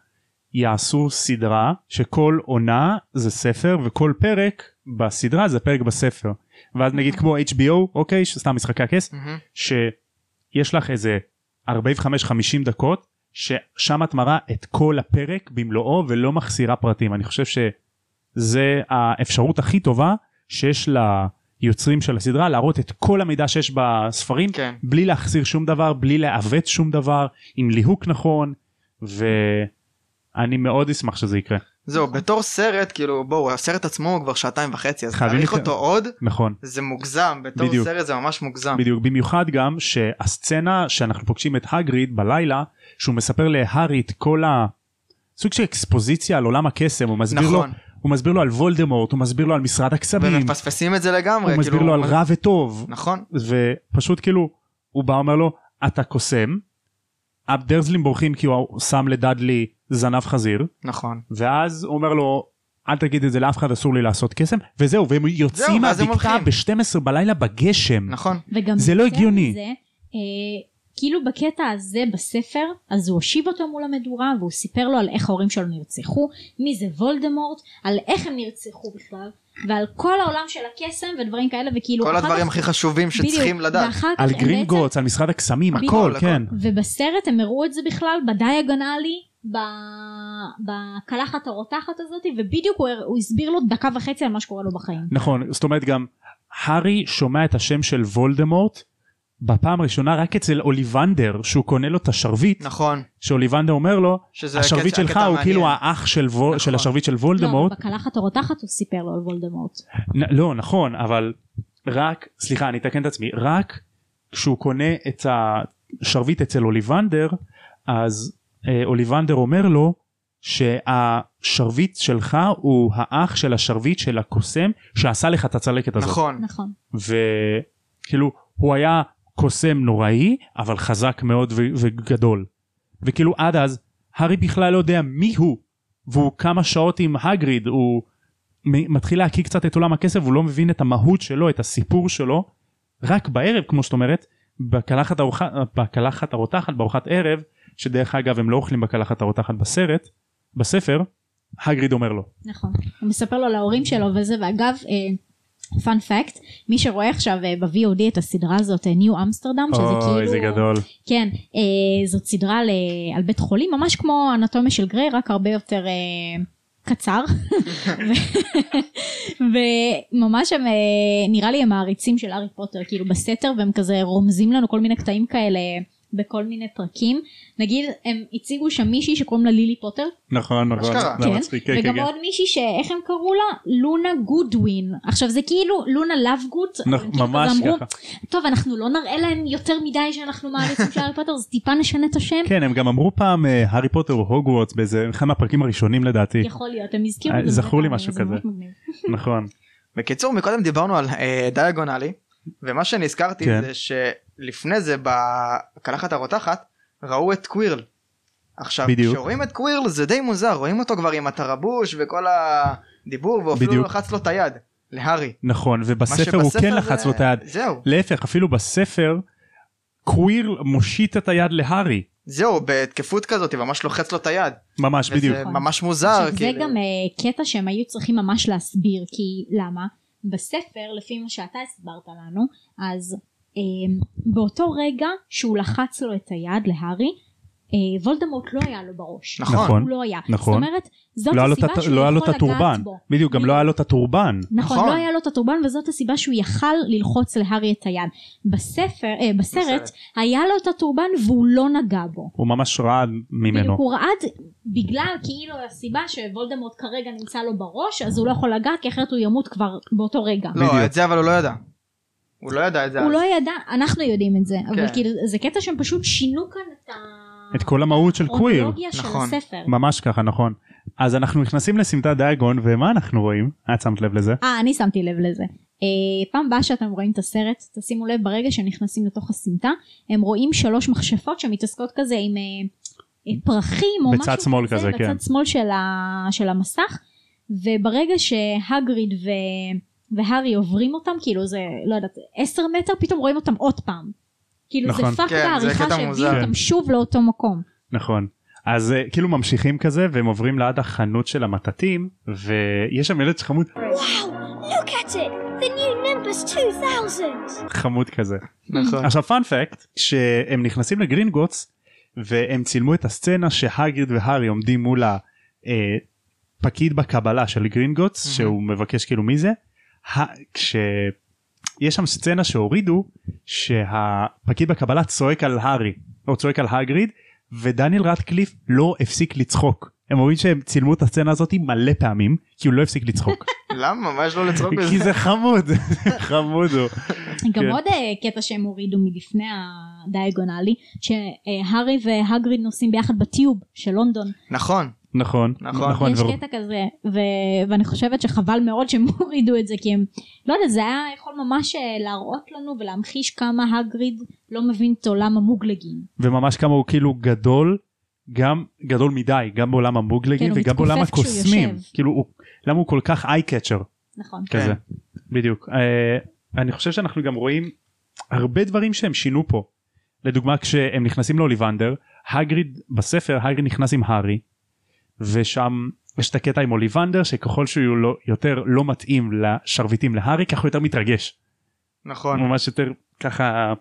A: יעשו סדרה שכל עונה זה ספר וכל פרק בסדרה זה פרק בספר ואז
C: אה.
A: נגיד כמו HBO אוקיי שסתם משחקי הכס
B: מהמם.
A: שיש לך איזה 45-50 דקות ששם את מראה את כל הפרק במלואו ולא מחסירה פרטים אני חושב שזה האפשרות הכי טובה שיש ליוצרים של הסדרה להראות את כל המידע שיש בספרים
B: כן.
A: בלי להחסיר שום דבר, בלי לעוות שום דבר, עם ליהוק נכון, ואני מאוד אשמח שזה יקרה.
B: זהו, בתור סרט, כאילו, בואו, הסרט עצמו הוא כבר שעתיים וחצי, אז
A: חייבים
B: להאריך
A: לק-
B: אותו עוד,
A: נכון,
B: זה מוגזם, בתור
A: בדיוק.
B: סרט זה ממש מוגזם.
A: בדיוק. במיוחד גם שהסצנה שאנחנו פוגשים את הגריד בלילה, שהוא מספר להארי את כל ה... סוג של אקספוזיציה על עולם הקסם, הוא מסביר,
B: נכון.
A: לו, הוא מסביר לו על וולדמורט, הוא מסביר לו על משרד הקסמים,
B: ומפספסים את זה
A: הוא
B: לגמרי,
A: מסביר
B: כאילו,
A: לו על רע וטוב,
B: נכון,
A: ופשוט כאילו הוא בא אומר לו אתה קוסם, הדרזלים בורחים כי הוא שם לדאדלי זנב חזיר,
B: נכון.
A: ואז הוא אומר לו אל תגיד את זה לאף אחד אסור לי לעשות קסם וזהו והם
B: זהו,
A: יוצאים
B: ואז הם
A: מהבקתה
B: הולכים.
A: ב-12 בלילה בגשם
B: נכון.
C: וגם
A: זה לא
C: יותר
A: הגיוני.
C: מזה, אה, כאילו בקטע הזה בספר אז הוא הושיב אותו מול המדורה והוא סיפר לו על איך ההורים שלו נרצחו מי זה וולדמורט על איך הם נרצחו בכלל ועל כל העולם של הקסם ודברים כאלה וכאילו
B: כל
C: אחר
B: הדברים
C: כך-
B: הכי חשובים שצריכים
C: לא, בדיוק,
B: לדעת.
C: ואחר כך
A: על
C: הם בעצם-
A: גרינגוטס על משרד הקסמים
C: בדיוק.
A: הכל
B: כן, הכל.
A: כן
C: ובסרט הם הראו את זה בכלל בדיאגונלי ב... בקלחת הרותחת הזאת ובדיוק הוא, הר- הוא הסביר לו דקה וחצי על מה שקורה לו בחיים. לא,
A: נכון זאת אומרת גם הארי שומע את השם של וולדמורט בפעם הראשונה רק אצל אוליבנדר שהוא קונה לו את השרביט
B: נכון.
A: שאוליבנדר אומר לו
B: שזה
A: השרביט
B: הקטע-
A: שלך
B: הקטע
A: הוא
B: המעניין.
A: כאילו האח של וול-
B: נכון.
A: של השרביט של
C: לא,
A: וולדמורט
C: בקלחת הרותחת הוא סיפר לו על וולדמורט.
A: נ- לא נכון אבל רק סליחה אני אתקן את עצמי רק כשהוא קונה את השרביט אצל אוליבנדר אז אה, אוליבנדר אומר לו שהשרביט שלך הוא האח של השרביט של הקוסם שעשה לך את הצלקת הזאת
B: נכון.
C: נכון.
A: וכאילו הוא היה קוסם נוראי אבל חזק מאוד ו- וגדול וכאילו עד אז הארי בכלל לא יודע מי הוא והוא כמה שעות עם הגריד הוא מ- מתחיל להקיא קצת את עולם הכסף הוא לא מבין את המהות שלו את הסיפור שלו רק בערב כמו שאת אומרת בקלחת, האורח... בקלחת הרותחת בארוחת ערב שדרך אגב הם לא אוכלים בקלחת הרותחת בסרט בספר הגריד אומר לו
C: נכון. הוא מספר לו להורים שלו וזה, ואגב, פאנ פאקט, מי שרואה עכשיו אה, ב-VOD את הסדרה הזאת, אה, ניו אמסטרדם, שזה כאילו...
A: אוי זה גדול
C: כן, אה, זאת סדרה ל... על בית חולים, ממש כמו אנטומיה של גריי, רק הרבה יותר אה, קצר. ו- וממש הם, אה, נראה לי הם מעריצים של הארי פוטר, כאילו בסתר, והם כזה רומזים לנו כל מיני קטעים כאלה בכל מיני פרקים. נגיד, הם הציגו שם מישהי שקוראים לה לילי פוטר,
A: נכון
B: נכון, אשכרה. זה
C: כן, וגם עוד מישהי שאיך הם קראו לה? לונה גודווין. עכשיו זה כאילו לונה לאבגוט. אבל
A: נכון,
C: הם כאילו
A: ממש
C: כזה אמרו,
A: ככה.
C: טוב אנחנו לא נראה להם יותר מדי שאנחנו מעריצים של הארי פוטר אז טיפה נשנה את השם.
A: כן הם גם אמרו פעם אה, הארי פוטר הוא הוגוורטס באיזה אחד מהפרקים הראשונים לדעתי
C: יכול להיות הם הזכירו
A: כן. אה,
C: את זה.
A: זכור לי
C: מלא פעמים,
A: משהו
C: זה
A: כזה.
C: מאוד מגניב.
A: נכון
B: בקיצור, מקודם דיברנו על אה, דיאגונלי, ומה שנזכרתי
A: כן.
B: זה שלפני זה בקלחת הרותחת, ראו את קווירל. עכשיו,
A: בדיוק.
B: כשרואים את קווירל זה די מוזר, רואים אותו כבר עם התרבוש וכל הדיבור, ואפילו
A: בדיוק.
B: הוא לחץ לו את היד, להארי.
A: נכון
B: מה
A: ובספר הוא
B: שבספר
A: כן
B: זה-
A: לחץ לו את היד
B: זהו,
A: להפך אפילו בספר קוויר מושיט את היד להארי
B: זהו, בהתקפות כזאת, היא ממש לוחץ לו את היד.
A: ממש בדיוק.
B: וזה ממש מוזר,
C: עכשיו,
B: כאילו.
C: זה גם אה, קטע שהם היו צריכים ממש להסביר, כי למה? בספר, לפי מה שאתה הסברת לנו, אז אה, באותו רגע שהוא לחץ לו את היד להארי, אה, וולדמורט לא היה לו בראש.
B: נכון.
A: נכון.
C: הוא לא היה.
A: נכון.
C: זאת אומרת, זאת
A: לא היה לו את
C: הסיבה
A: הת-
C: שהוא
A: לא היה לו את
C: יכול
A: הטורבן.
C: לגעת בו.
A: בדיוק, גם לא היה לו את הטורבן.
C: נכון,
B: נכון.
C: לא היה לו את הטורבן וזאת הסיבה שהוא יכל ללחוץ להארי את היד. בספר, אה, בסרט,
B: בסרט.
C: היה לו את הטורבן והוא לא נגע בו.
A: הוא ממש רעד ממנו.
C: בדיוק הוא רעד בגלל כאילו הסיבה שוולדמורט כרגע נמצא לו בראש אז הוא לא יכול לגעת כי אחרת הוא ימות כבר באותו רגע.
A: בדיוק.
B: לא, את זה אבל הוא לא ידע. הוא לא ידע את זה.
C: הוא
B: אז.
C: לא ידע, אנחנו יודעים את זה, אבל
B: כן.
C: כאילו זה קטע שהם פשוט שינו כאן את ה...
A: את כל המהות של קוויר.
C: האונתולוגיה של
B: נכון.
C: הספר.
A: ממש ככה, נכון. אז אנחנו נכנסים לסמטת דייגון, ומה אנחנו רואים? את שמת לב לזה?
C: אה, אני שמתי לב לזה. אה, פעם הבאה שאתם רואים את הסרט, תשימו לב ברגע שנכנסים לתוך הסמטה, הם רואים שלוש מכשפות שמתעסקות כזה עם אה, אה, פרחים או
A: בצד
C: משהו
A: שמאל כזה, כן.
C: בצד שמאל של, ה, של המסך, וברגע שהגריד ו, והארי עוברים אותם, כאילו זה, לא יודעת, עשר מטר, פתאום רואים אותם עוד פעם. כאילו
A: נכון.
C: זה פאק
B: כן, זה
C: העריכה
B: קטע
C: שהביאו
B: מוזר.
C: אותם שוב לאותו מקום.
A: נכון. אז אה, כאילו ממשיכים כזה, והם עוברים ליד החנות של המטתים, ויש שם ילד חמוד,
D: Look at it! The new Nimbus 2000!
A: חמוד כזה.
C: לא-
B: נכון.
A: עכשיו פאנפקט, כשהם נכנסים לגרינגוטס, והם צילמו את הסצנה שהגריד והארי עומדים מול הפקיד בקבלה של גרינגוטס,
B: Mhm.
A: שהוא מבקש כאילו מי זה, ה- כש... יש שם סצנה שהורידו שהפקיד בקבלה צועק על הארי או צועק על הגריד ודניאל רטקליף לא הפסיק לצחוק. הם אומרים שהם צילמו את הסצנה הזאת מלא פעמים כי הוא לא הפסיק לצחוק.
B: למה? מה יש לו לצחוק
A: כי
B: בזה?
A: זה חמוד, חמוד הוא.
C: גם
A: כן.
C: עוד אה, קטע שהם הורידו מלפני הדיאגונלי, שהארי והגריד נוסעים ביחד בטיוב של לונדון.
B: נכון.
A: נכון,
B: נכון.
A: נכון.
C: יש
A: ו-
C: קטע כזה, ו- ואני חושבת שחבל מאוד שהם הורידו את זה, כי הם, לא יודעת, זה היה יכול ממש אה, להראות לנו ולהמחיש כמה הגריד לא מבין את עולם המוגלגים.
A: וממש כמה הוא כאילו גדול גם גדול מדי גם בעולם המוגלגים
C: כן, הוא
A: וגם בעולם
C: מתכופף כשהוא
A: הקוסמים
C: יושב.
A: כאילו הוא למה הוא כל כך איי קצ'ר
C: נכון.
B: כן.
A: כזה בדיוק אה, אני חושב שאנחנו גם רואים הרבה דברים שהם שינו פה לדוגמה כשהם נכנסים לאוליבנדר הגריד בספר הגריד נכנס עם הארי ושם יש את הקטע עם אוליבנדר שככל שהוא לא, יותר לא מתאים לשרביטים להארי ככה הוא יותר מתרגש
B: נכון.
A: ממש יותר ככה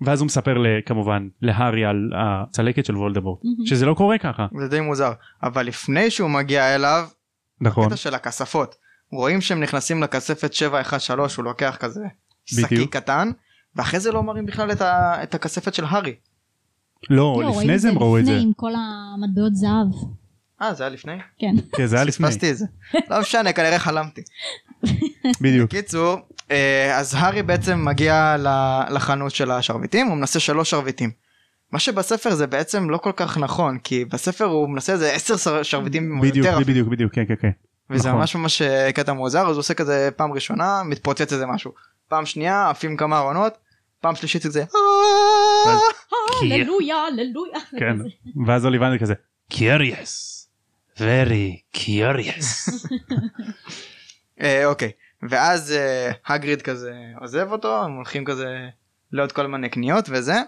A: ואז הוא מספר ל- כמובן להארי על הצלקת של וולדמורט
C: מהמם.
A: שזה לא קורה ככה
B: זה די מוזר. אבל לפני שהוא מגיע אליו,
A: נכון
B: הקטע של הכספות. רואים שהם נכנסים לכספת 713, הוא לוקח כזה שקי
A: בדיוק.
B: קטן, ואחרי זה לא מראים בכלל את ה- את הכספת של הארי.
A: לא
C: לא,
A: לפני זה הם ראו את זה
C: לפני עם כל המטבעות זהב.
B: אה, זה היה לפני?
C: כן.
A: כן, זה היה לפני
B: פספסתי את זה. לא משנה, כנראה חלמתי.
A: בדיוק
B: קיצור, אה, אז הארי בעצם מגיע ל- לחנות של השרביטים, הוא מנסה שלוש שרביטים. מה שבספר זה בעצם לא כל כך נכון, כי בספר הוא מנסה איזה עשר שר- שרביטים
A: בדיוק
B: יותר,
A: בדיוק בדיוק כן כן כן
B: וזה
A: נכון.
B: ממש ממש אה, קטע מוזר, אז הוא עושה כזה פעם ראשונה, מתפוצץ איזה משהו. פעם שנייה, עפים כמה ארונות, פעם שלישית זה "אה",
A: כי-
C: הללויה, הללויה.
A: כן ואז אוליבנדר כזה קיוריאס ורי קיוריאס
B: אה, אוקיי. ואז אה, הגריד כזה עוזב אותו, הם הולכים כזה לעוד כל מיני קניות וזה.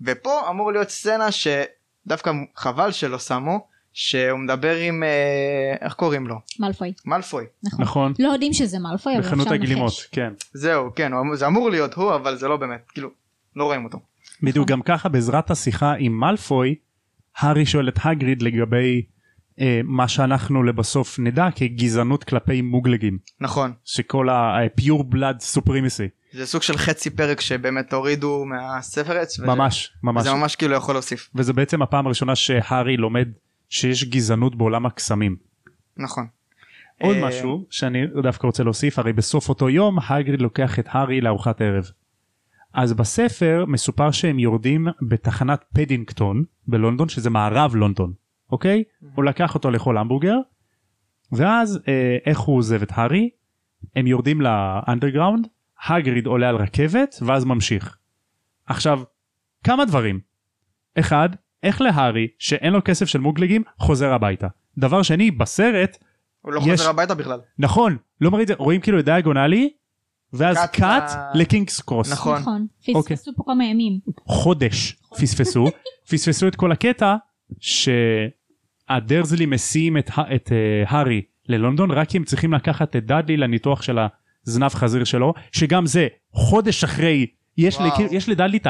B: ופה אמור להיות סצנה שדווקא חבל שלא שמו, שהוא מדבר עם, אה, איך קוראים לו?
C: מאלפוי,
B: מאלפוי.
C: נכון.
A: נכון
C: לא יודעים שזה מאלפוי, אבל אפשר לנחש.
A: בחנות הגלימות כן
B: זהו, כן, הוא אמור- זה אמור להיות הוא, אבל זה לא באמת, כאילו, לא רואים אותו.
A: בדיוק גם ככה בעזרת השיחה עם מאלפוי הארי שואל את הגריד לגבי אה, מה שאנחנו לבסוף נדע כגזענות כלפי מוגלגים
B: נכון.
A: שכל ה-pure blood supremacy
B: זה סוג של חצי פרק שבאמת הורידו מהספר עץ. וזה-
A: ממש ממש
B: זה ממש כאילו יכול להוסיף.
A: וזה בעצם הפעם הראשונה שהארי לומד שיש גזענות בעולם הקסמים.
B: נכון.
A: עוד
B: אה,
A: משהו שאני דווקא רוצה להוסיף הרי בסוף אותו יום הגריד לוקח את הארי לארוחת ערב. אז בספר מסופר שהם יורדים בתחנת פדינגטון בלונדון שזה מערב לונדון אוקיי הוא לקח אותו לאכול המבורגר ואז אה, איך הוא עוזב את הארי הם יורדים לאנדרגראונד הגריד עולה על רכבת ואז ממשיך. עכשיו כמה דברים אחד איך להארי שאין לו כסף של מוגלגים חוזר הביתה דבר שני בסרט
B: הוא לא
A: יש-
B: חוזר הביתה בכלל.
A: נכון לא מראים את זה רואים כאילו את דיאגונלי ואז
B: קאט
A: קאט
B: ל-
A: לקינגס קרוס.
B: נכון.
C: נכון.
A: אוקיי.
C: פספסו פה כמה ימים.
A: חודש פספסו, פספסו את כל הקטע שהדרזלים מסיעים את, ה- את אה, הארי ללונדון רק כי הם צריכים לקחת את דאדלי לניתוח של הזנב חזיר שלו, שגם זה חודש אחרי, יש,
B: וואו.
A: לכי- יש לדאדלי את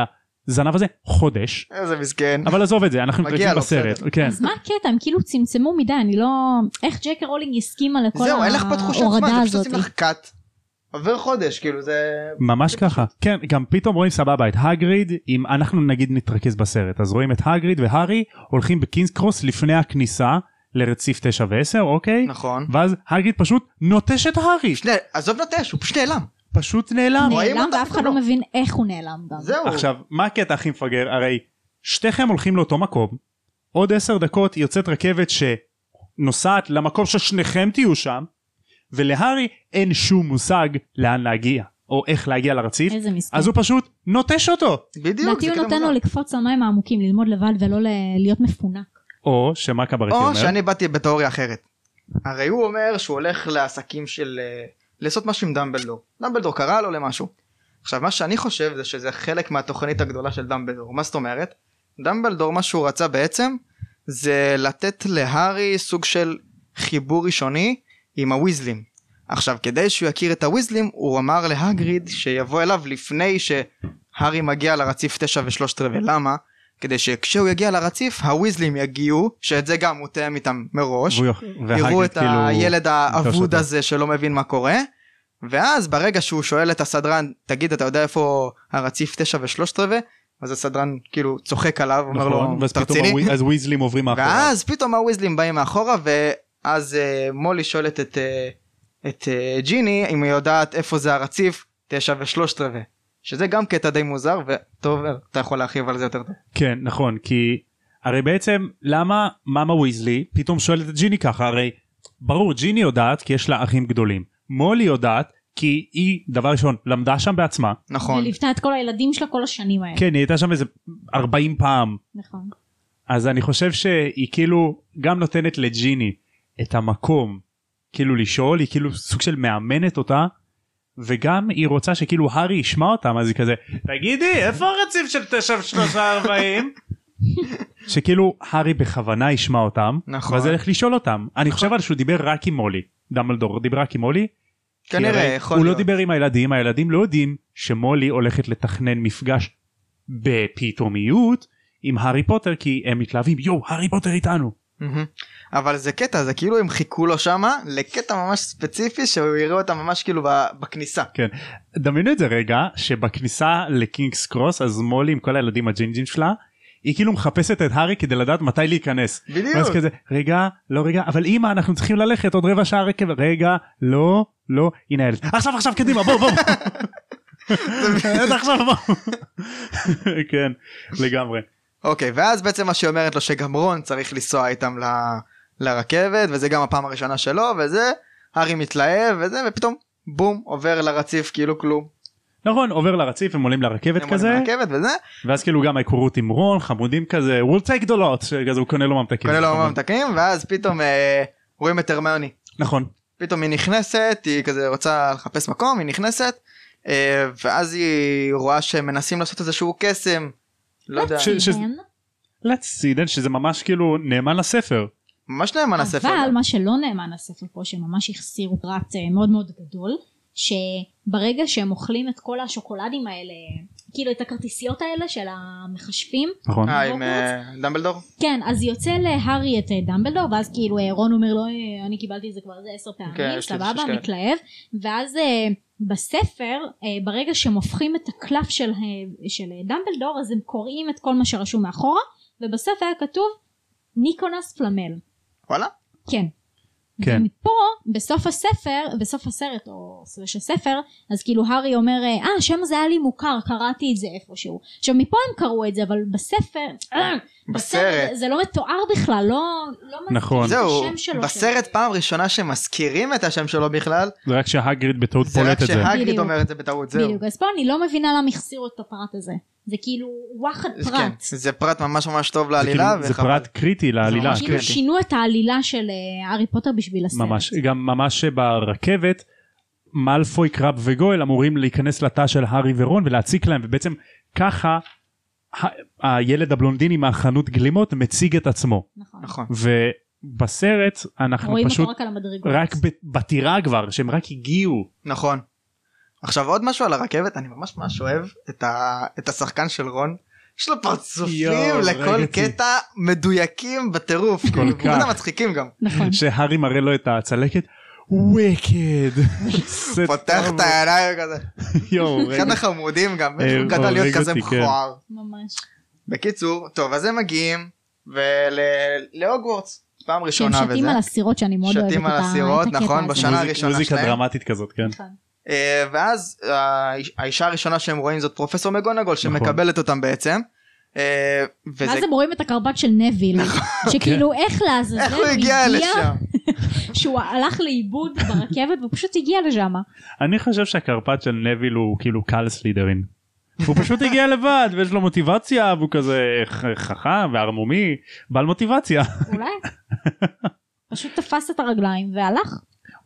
A: הזנב הזה חודש,
B: איזה אה, מסכן.
A: אבל עזוב את זה, אנחנו
B: מגיע
A: מתרכזים
B: לו,
A: בסרט.
B: בסדר.
A: כן.
C: אז מה הקטע? הם כאילו צמצמו מדי, אני לא... איך ג'קר רולינג הסכימה לכל
B: זהו, אין לך פה תחושת זמן,
C: ההורדה
B: זה פשוט
C: הזאת?
B: עושים לך קאט. עובר חודש, כאילו זה...
A: ממש
B: זה
A: ככה כן גם פתאום רואים סבבה את הגריד אם אנחנו נגיד נתרכז בסרט אז רואים את הגריד והארי הולכים בקינס קרוס לפני הכניסה לרציף 9 ו10 אוקיי
B: נכון.
A: ואז הגריד פשוט נוטש את הארי
B: שני, עזוב נוטש, הוא פשוט נעלם.
A: פשוט נעלם
B: רואים
C: נעלם
B: אותה
C: ואף אחד
B: פתאום?
C: לא מבין איך הוא נעלם גם.
B: זהו.
A: עכשיו מה הקטע הכי מפגר הרי שתיכם הולכים לאותו מקום עוד 10 דקות יוצאת רכבת שנוסעת למקום ששניכם תהיו שם ולהארי אין שום מושג לאן להגיע או איך להגיע לרציף
C: איזה מסכן.
A: אז הוא פשוט נוטש אותו
B: בדיוק,
C: לדעתי
B: זה כאילו
C: הוא
B: קטע
C: נותן
B: מוזר.
C: לו לקפוץ למים העמוקים, ללמוד לבד ולא ל- להיות מפונק.
A: או שמה קברתי אומר?
B: או שאני באתי בתיאוריה אחרת. הרי הוא אומר שהוא הולך לעסקים של... אה, לעשות משהו עם דמבלדור. דמבלדור קרא לו למשהו. עכשיו מה שאני חושב זה שזה חלק מהתוכנית הגדולה של דמבלדור. מה זאת אומרת? דמבלדור מה שהוא רצה בעצם זה לתת להארי סוג של חיבור ראשוני עם הוויזלים. עכשיו כדי שהוא יכיר את הוויזלים הוא אמר להגריד שיבוא אליו לפני שהארי מגיע לרציף 9 ושלושת רבעי למה? כדי שכשהוא יגיע לרציף הוויזלים יגיעו שאת זה גם הוא תאם איתם מראש.
A: והוא כאילו, יוכ-
B: יראו
A: והגריד
B: את הילד
A: נטוש
B: האבוד
A: אותו.
B: הזה שלא מבין מה קורה ואז ברגע שהוא שואל את הסדרן תגיד אתה יודע איפה הרציף תשע ושלושת רבעי אז הסדרן כאילו צוחק עליו אומר לו
A: נכון, ואז
B: אתה
A: פתאום
B: רציני
A: הווי- אז וויזלים עוברים מאחוריו.
B: ואז פתאום הוויזלים באים מאחורה ואז אה, מולי שואלת את אה, את אה, ג'יני אם היא יודעת איפה זה הרציף תשע ושלושת רבעי שזה גם קטע די מוזר וטוב אה, אתה יכול להרחיב על זה יותר טוב.
A: כן נכון כי הרי בעצם למה מאמה ויזלי פתאום שואלת את ג'יני ככה הרי ברור ג'יני יודעת כי יש לה אחים גדולים מולי יודעת כי היא דבר ראשון למדה שם בעצמה
B: נכון.
C: וליוותה את כל הילדים שלה כל השנים האלה.
A: כן היא הייתה שם איזה 40 פעם
C: נכון.
A: אז אני חושב שהיא כאילו גם נותנת לג'יני את המקום כאילו לשאול היא כאילו סוג של מאמנת אותה וגם היא רוצה שכאילו הארי ישמע אותם אז היא כזה תגידי איפה הרציף של תשע ושלושה ארבעים שכאילו הארי בכוונה ישמע אותם
B: נכון.
A: ואז ילך לשאול אותם אני חושב אבל שהוא דיבר רק עם מולי דמבלדור דיבר רק עם מולי כי
B: כנראה,
A: הרי
B: יכול
A: הוא לא
B: להיות.
A: דיבר עם הילדים הילדים לא יודעים שמולי הולכת לתכנן מפגש בפתאומיות עם הארי פוטר כי הם מתלהבים יואו הארי פוטר איתנו
B: מהמם. אבל זה קטע זה כאילו הם חיכו לו שמה לקטע ממש ספציפי שהוא יראה אותם ממש כאילו ב- בכניסה.
A: דמיינו את זה רגע שבכניסה לקינגס קרוס אז מולי עם כל הילדים הג'ינג'ים שלה היא כאילו מחפשת את הארי כדי לדעת מתי להיכנס.
B: בדיוק.
A: ואז כזה רגע לא רגע אבל אמא אנחנו צריכים ללכת עוד רבע שעה רכב רגע לא לא הנה הילד עכשיו עכשיו קדימה בוא בוא. בוא." עכשיו בוא. כן לגמרי.
B: אוקיי ואז בעצם מה שהיא אומרת לו שגם רון צריך לנסוע איתם ל... לרכבת וזה גם הפעם הראשונה שלו וזה הארי מתלהב וזה ופתאום בום עובר לרציף כאילו כלום.
A: נכון עובר לרציף הם עולים לרכבת
B: הם
A: כזה
B: עולים לרכבת וזה
A: ואז כאילו גם ההיכרות עם רון חמודים כזה we'll take the lot שכזה הוא קונה לו ממתקים.
B: כולל לא ממתקים ואז פתאום אה, רואים את הרמיוני.
A: נכון.
B: פתאום היא נכנסת היא כזה רוצה לחפש מקום היא נכנסת אה, ואז היא רואה שהם מנסים לעשות איזשהו קסם. לא יודע.
A: ש- ש-
C: כן,
A: let's see then שזה ממש כאילו נאמן לספר.
B: ממש נאמן הספר.
C: אבל מה שלא נאמן לספר פה שממש החסירו פרט אה, מאוד מאוד גדול שברגע שהם אוכלים את כל השוקולדים האלה כאילו את הכרטיסיות האלה של המכשפים
A: נכון.
B: אה, עם אה,
C: הוגוורטס?
B: דמבלדור?
C: כן אז יוצא להארי את אה, דמבלדור ואז כאילו אה, רון אומר לו "אה, אני קיבלתי את זה כבר איזה עשר
B: כן,
C: פעמים
B: יש לי את
C: סבבה
B: השש, כן.
C: מתלהב ואז אה, בספר אה, ברגע שהם הופכים את הקלף של, אה, של אה, דמבלדור אז הם קוראים את כל מה שרשום מאחורה ובספר היה כתוב ניקונס פלמל
B: וואלה?
C: כן.
A: כן.
C: ומפה בסוף הספר בסוף הסרט או סלש הספר אז כאילו הארי אומר אה השם הזה היה לי מוכר קראתי את זה איפשהו עכשיו מפה הם קראו את זה אבל בספר אה,
B: בסרט.
C: זה- זה לא מתואר בכלל לא לא מזכיר
A: נכון.
C: את
B: זהו,
C: השם שלו
B: בסרט
C: שם.
B: פעם ראשונה שמזכירים את השם שלו בכלל,
A: זה רק שהגריד בטעות
B: זה רק
A: פולט את זה.
B: שהגריד
C: בדיוק.
B: אומר את זה בטעות, זהו.
C: בדיוק אז פה אני לא מבינה למה החסירו את הפרט הזה זה כאילו וואחד
B: אז כן,
C: פרט
B: זה פרט ממש ממש טוב
A: זה
B: לעלילה,
A: כאילו- זה
B: וחבל.
A: פרט קריטי לעלילה.
B: ממש
C: כאילו
B: קראתי.
C: אה, שינו את העלילה של אה, הארי פוטר בשביל הסרט
A: ממש גם ממש ברכבת מאלפוי, קרב וגויל אמורים להיכנס לתא של הארי ורון ולהציק להם ובעצם ככה ה- הילד הבלונדיני מהחנות גלימות מציג את עצמו
C: נכון.
B: נכון.
A: ובסרט אנחנו
C: רואים
A: פשוט
C: אותו רק על המדרגות.
A: רק ב- בטירה כבר שהם רק הגיעו
B: נכון. עכשיו עוד משהו על הרכבת, אני ממש ממש אוהב את, ה... את השחקן של רון. יש לו פרצופים
A: יואו,
B: לכל
A: רגע,
B: קטע מדויקים בטירוף, כאילו,
A: כך.
B: כולם מצחיקים גם.
C: נכון.
A: שהארי מראה לו את הצלקת וויקד זה
B: פותח
A: טוב.
B: את העיניים כזה,
A: יואו,
B: אחד
A: רגע.
B: החמודים גם,
A: אה,
B: איך הוא גדל להיות
A: הורג
B: כזה
A: אותי, כן.
B: מכוער.
C: ממש.
B: בקיצור, טוב, אז הם מגיעים ול- להוגוורטס, פעם
C: שהם
B: ראשונה
C: שתים
B: וזה.
C: כן, על הסירות שאני מאוד
B: שתים
C: אוהבת את
B: על
C: ה-
B: הסירות,
C: את הקטע
B: נכון,
C: הזה.
B: בשנה
A: מוזיק-
B: הראשונה
A: מוזיקה
B: שלהם.
A: דרמטית כזאת כן
C: נכון.
B: אה, ואז האיש- האישה הראשונה שהם רואים זאת פרופסור
A: נכון.
B: מגונגול שמקבלת אותם בעצם. אה, וזה נכון. כן.
C: ואז הם רואים את הקרבט של נביל, שכאילו איך לעזאזל
B: איך הוא הגיע לשם?
C: שהוא הלך לאיבוד ברכבת והוא פשוט הגיע לשם.
A: אני חושב שהקרפט של נביל הוא כאילו קל סלידרין. הוא פשוט הגיע לבד ויש לו מוטיבציה והוא כזה ח- חכם וערמומי בעל מוטיבציה.
C: אולי? פשוט תפס את הרגליים והלך.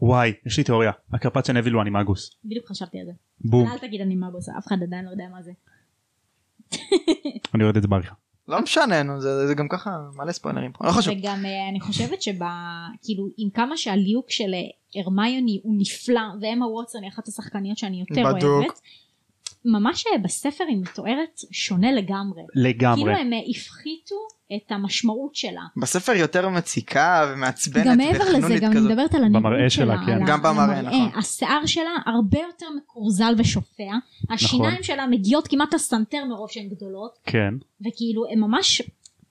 A: וואי יש לי תיאוריה הקרפט של נביל הוא אנימגוס.
C: בדיוק חשבתי על זה.
A: בום
C: אל תגיד אני מבוס, אף אחד עדיין לא יודע מה זה.
A: אני אוהד את זה בעריכה.
B: לא משנה, נו, זה זה גם ככה מלא ספוילרים פה, לא חשוב.
C: וגם אה, אני חושבת שבה, כאילו, עם כמה שהליהוק של אה, הרמיוני הוא נפלא, ואמה ווטסון היא אחת השחקניות שאני יותר
B: בדוק.
C: אוהבת, ממש אה, בספר היא מתוארת שונה לגמרי.
A: לגמרי.
C: כאילו הם אה, הפחיתו את המשמעות שלה.
B: בספר יותר מציקה ומעצבנת
C: גם מעבר לזה,
B: וחנונית
C: גם אני
B: כזאת.
C: מדברת על הנימות
A: במראה שלה, כן.
C: על ה-
B: גם
C: על
B: במראה,
C: המראה.
B: נכון.
C: השיער שלה הרבה יותר מקורזל ושופע, השיניים שלה מגיעות כמעט לסנטר מרוב שהן גדולות,
A: כן
C: וכאילו הם ממש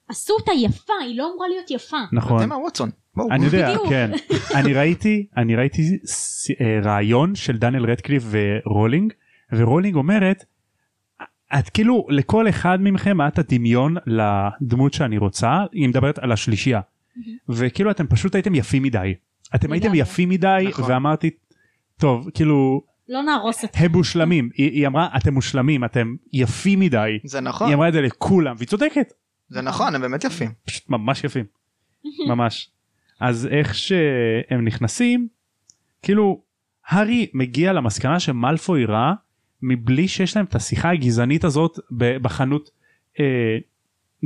C: עשו אותה יפה, היא לא אמורה להיות יפה.
A: נכון.
B: אתם הוואטסון. בואו.
A: אני יודע
C: בדיוק.
A: כן אני ראיתי אני ראיתי ס- אה, רעיון של דניאל רדקליף ורולינג ורולינג אומרת את כאילו לכל אחד מכם את הדמיון לדמות שאני רוצה היא מדברת על השלישייה וכאילו אתם פשוט הייתם יפים מדי אתם הייתם
C: לגמרי.
A: יפים מדי
B: נכון.
A: ואמרתי טוב כאילו
C: לא נהרוס את
A: הם מושלמים היא היא אמרה אתם מושלמים אתם יפים מדי
B: זה
A: היא
B: נכון,
A: אמרה את זה לכולם והיא צודקת
B: זה נכון, הם באמת יפים.
A: פשוט ממש יפים ממש אז איך שהם נכנסים כאילו הארי מגיע למסקנה שמלפוי רע מבלי שיש להם את השיחה הגזענית הזאת ב- בחנות אה,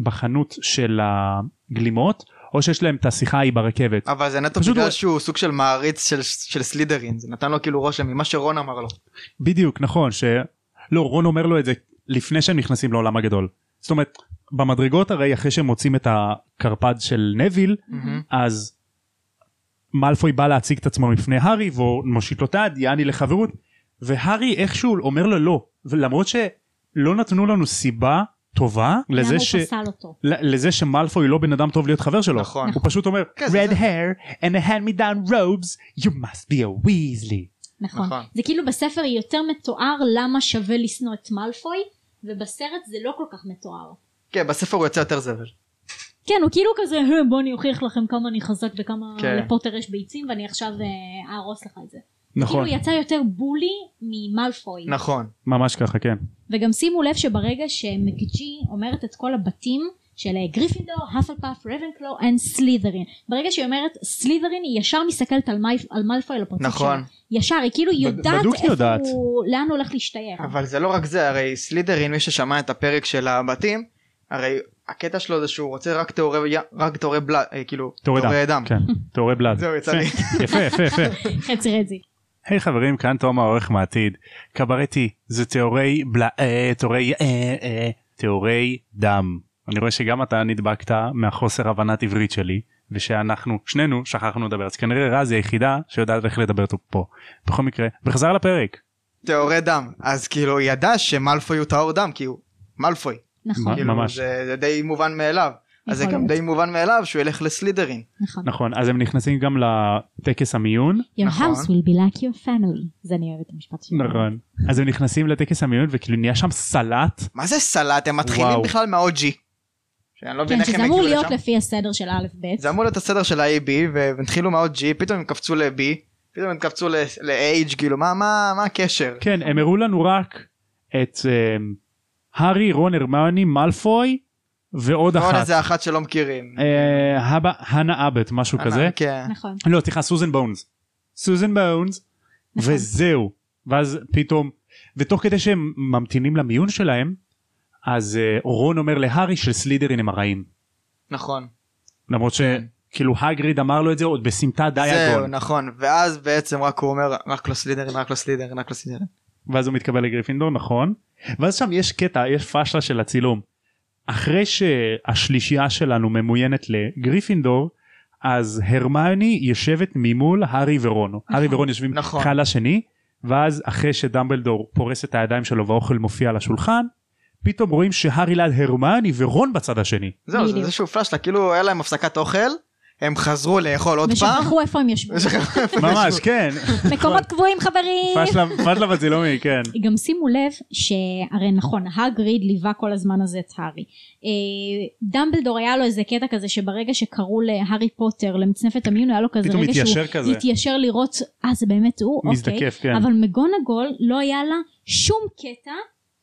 A: בחנות של הגלימות או שיש להם את השיחה ההיא ברכבת
B: אבל זה נטו
A: פשוט
B: בגלל
A: הוא-
B: שהוא סוג של מעריץ של- של סלידרין, זה נתן לו כאילו רושם ממה שרון אמר לו.
A: בדיוק נכון שלא רון אומר לו את זה לפני שהם נכנסים לעולם הגדול זאת אומרת במדרגות הרי אחרי שהם מוצאים את הקרפד של נביל
B: מהמם.
A: אז מאלפוי בא להציג את עצמו בפני הארי והוא מושיט לו את היד יעני לחברות והארי איכשהו אומר לו לא ולמרות שלא נתנו לנו סיבה טובה לזה,
C: למה
A: ש...
C: הוא פסל אותו.
A: ל- לזה שמאלפוי לא בן אדם טוב להיות חבר שלו
B: נכון.
A: הוא פשוט אומר
B: כן, זה-
A: red hair and a hand me down robes you must be a weasley
C: נכון.
B: נכון.
C: זה כאילו בספר היא יותר מתואר למה שווה לשנוא את מאלפוי, ובסרט זה לא כל כך מתואר.
B: כן, בספר הוא יוצא יותר זבל.
C: כן, הוא כאילו כזה, "אה, בוא אני אוכיח לכם כמה אני חזק וכמה
B: כן.
C: לפוטר יש ביצים, ואני עכשיו אה, אהרוס לך את זה.
A: נכון
C: כאילו יצא יותר בולי ממאלפוי.
B: נכון.
A: ממש ככה כן
C: וגם שימו לב שברגע שמקג'י אומרת את כל הבתים של אה, גריפינדור, האפלפאף, רבנקלו and סלית'רין. ברגע שהיא אומרת סלית'רין היא ישר מסתכלת על, מייפ, על מאלפוי על הפרצוף
B: נכון.
C: שלה. ישר, היא כאילו יודעת
A: בדוק
C: איפה
A: יודעת.
C: הוא, לאן הוא הולך להשתייך.
B: אבל זה לא רק זה, הרי סלידרין, מי ששמע את הפרק של הבתים, הרי הקטע שלו זה שהוא רוצה רק טהורי, רק טהורי בלאד, אה, כאילו,
A: תורי דם כן תורי בלאד
B: זהו, יצא לי.
A: יפה, יפה יפה יפה
C: חצי רזי.
A: היי חברים כאן תום העורך מעתיד קברטי זה תיאורי בלה אה, תיאורי אה, אה, תיאורי דם אני רואה שגם אתה נדבקת מהחוסר הבנת עברית שלי ושאנחנו שנינו שכחנו לדבר אז כנראה רז היא היחידה שיודעת איך לדבר פה בכל מקרה וחזר לפרק
B: טהורי דם. אז כאילו, היא ידעה שמלפוי הוא טהור דם, כי הוא מלפוי.
C: נכון,
A: מה?
B: כאילו,
A: אה, ממש.
B: זה, זה די מובן מאליו. אז זה
C: יכול
B: גם
C: להיות.
B: די מובן מאליו שהוא ילך לסלידרין.
C: נכון.
A: נכון אז הם נכנסים גם לטקס המיון
C: Your
B: נכון.
C: house will be like your family. זה אני אוהבת את המשפט שלי.
A: נכון אז הם נכנסים לטקס המיון וכאילו נהיה שם סלט
B: מה זה סלט? הם מתחילים
A: וואו.
B: בכלל מהאוג'י. שאני לא מבין
C: כן,
B: איך הם
C: שזה אמור
B: הגיעו
C: להיות
B: לשם.
C: לפי הסדר של א' ב'.
B: זה אמור להיות הסדר של ה-AB, והם התחילו מהאוג'י, פתאום הם קפצו ל-B, פתאום הם קפצו ל- ל-H, כאילו, מה, מה, מה הקשר?
A: כן הם הראו לנו רק את אמ, הארי רון הרמיוני מאלפוי ועוד
B: ועוד
A: אחת.
B: איזה אחת שלא מכירים.
A: אה, הבא- הנה אבט משהו כזה
B: כן.
C: נכון.
A: לא סליחה סוזן בונס סוזן בונס וזהו. ואז פתאום, ותוך כדי שהם ממתינים למיון שלהם, אז אה, רון אומר להארי שסלידרין הם הרעים.
B: נכון.
A: למרות שכאילו הגריד אמר לו את כן. זה עוד בסמטה
B: זהו,
A: דיאגון.
B: נכון. ואז בעצם רק הוא אומר, רק לא סלידרין, רק לא סלידרין, רק לא סלידרין.
A: ואז הוא מתקבל לגריפינדור נכון ואז שם יש קטע יש פאשלה של הצילום אחרי שהשלישייה שלנו ממוינת לגריפינדור אז הרמיוני יושבת ממול הארי ורון הארי ורון יושבים
B: נכון.
A: אחד לשני ואז אחרי שדמבלדור פורס את הידיים שלו והאוכל מופיע על השולחן פתאום רואים שהארי ליד הרמיוני ורון בצד השני
B: זהו, זה
C: בדיוק.
B: איזשהו פלאשלה, כאילו היה להם הפסקת אוכל, הם חזרו לאכול עוד פעם.
C: ושכחו איפה הם ישבו.
A: ממש כן
C: מקומות קבועים חברים.
A: פאשלה פאשלה בצילומי כן
C: גם שימו לב שהרי נכון הגריד ליווה כל הזמן הזה את הארי. אה, דמבלדור היה לו איזה קטע כזה שברגע שקראו להארי פוטר למצנפת המיון היה לו כזה
A: פתאום
C: רגע שהוא
A: התיישר כזה
C: התיישר לראות אה זה באמת הוא אוקיי.
A: מזדקף כן
C: אבל מגונגול לא היה לה שום קטע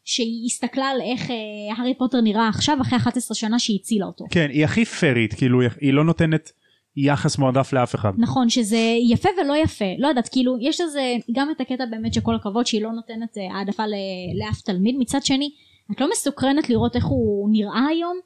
C: שהיא הסתכלה על איך אה, הארי פוטר נראה עכשיו אחרי 11 שנה שהיא הצילה אותו.
A: כן היא הכי פיירית כאילו היא- היא לא נותנת יחס מועדף לאף אחד
C: נכון שזה יפה ולא יפה לא יודעת כאילו יש לזה גם את הקטע באמת שכל הכבוד שהיא לא נותנת אה, העדפה ל- לאף תלמיד מצד שני את לא מסוקרנת לראות איך הוא נראה היום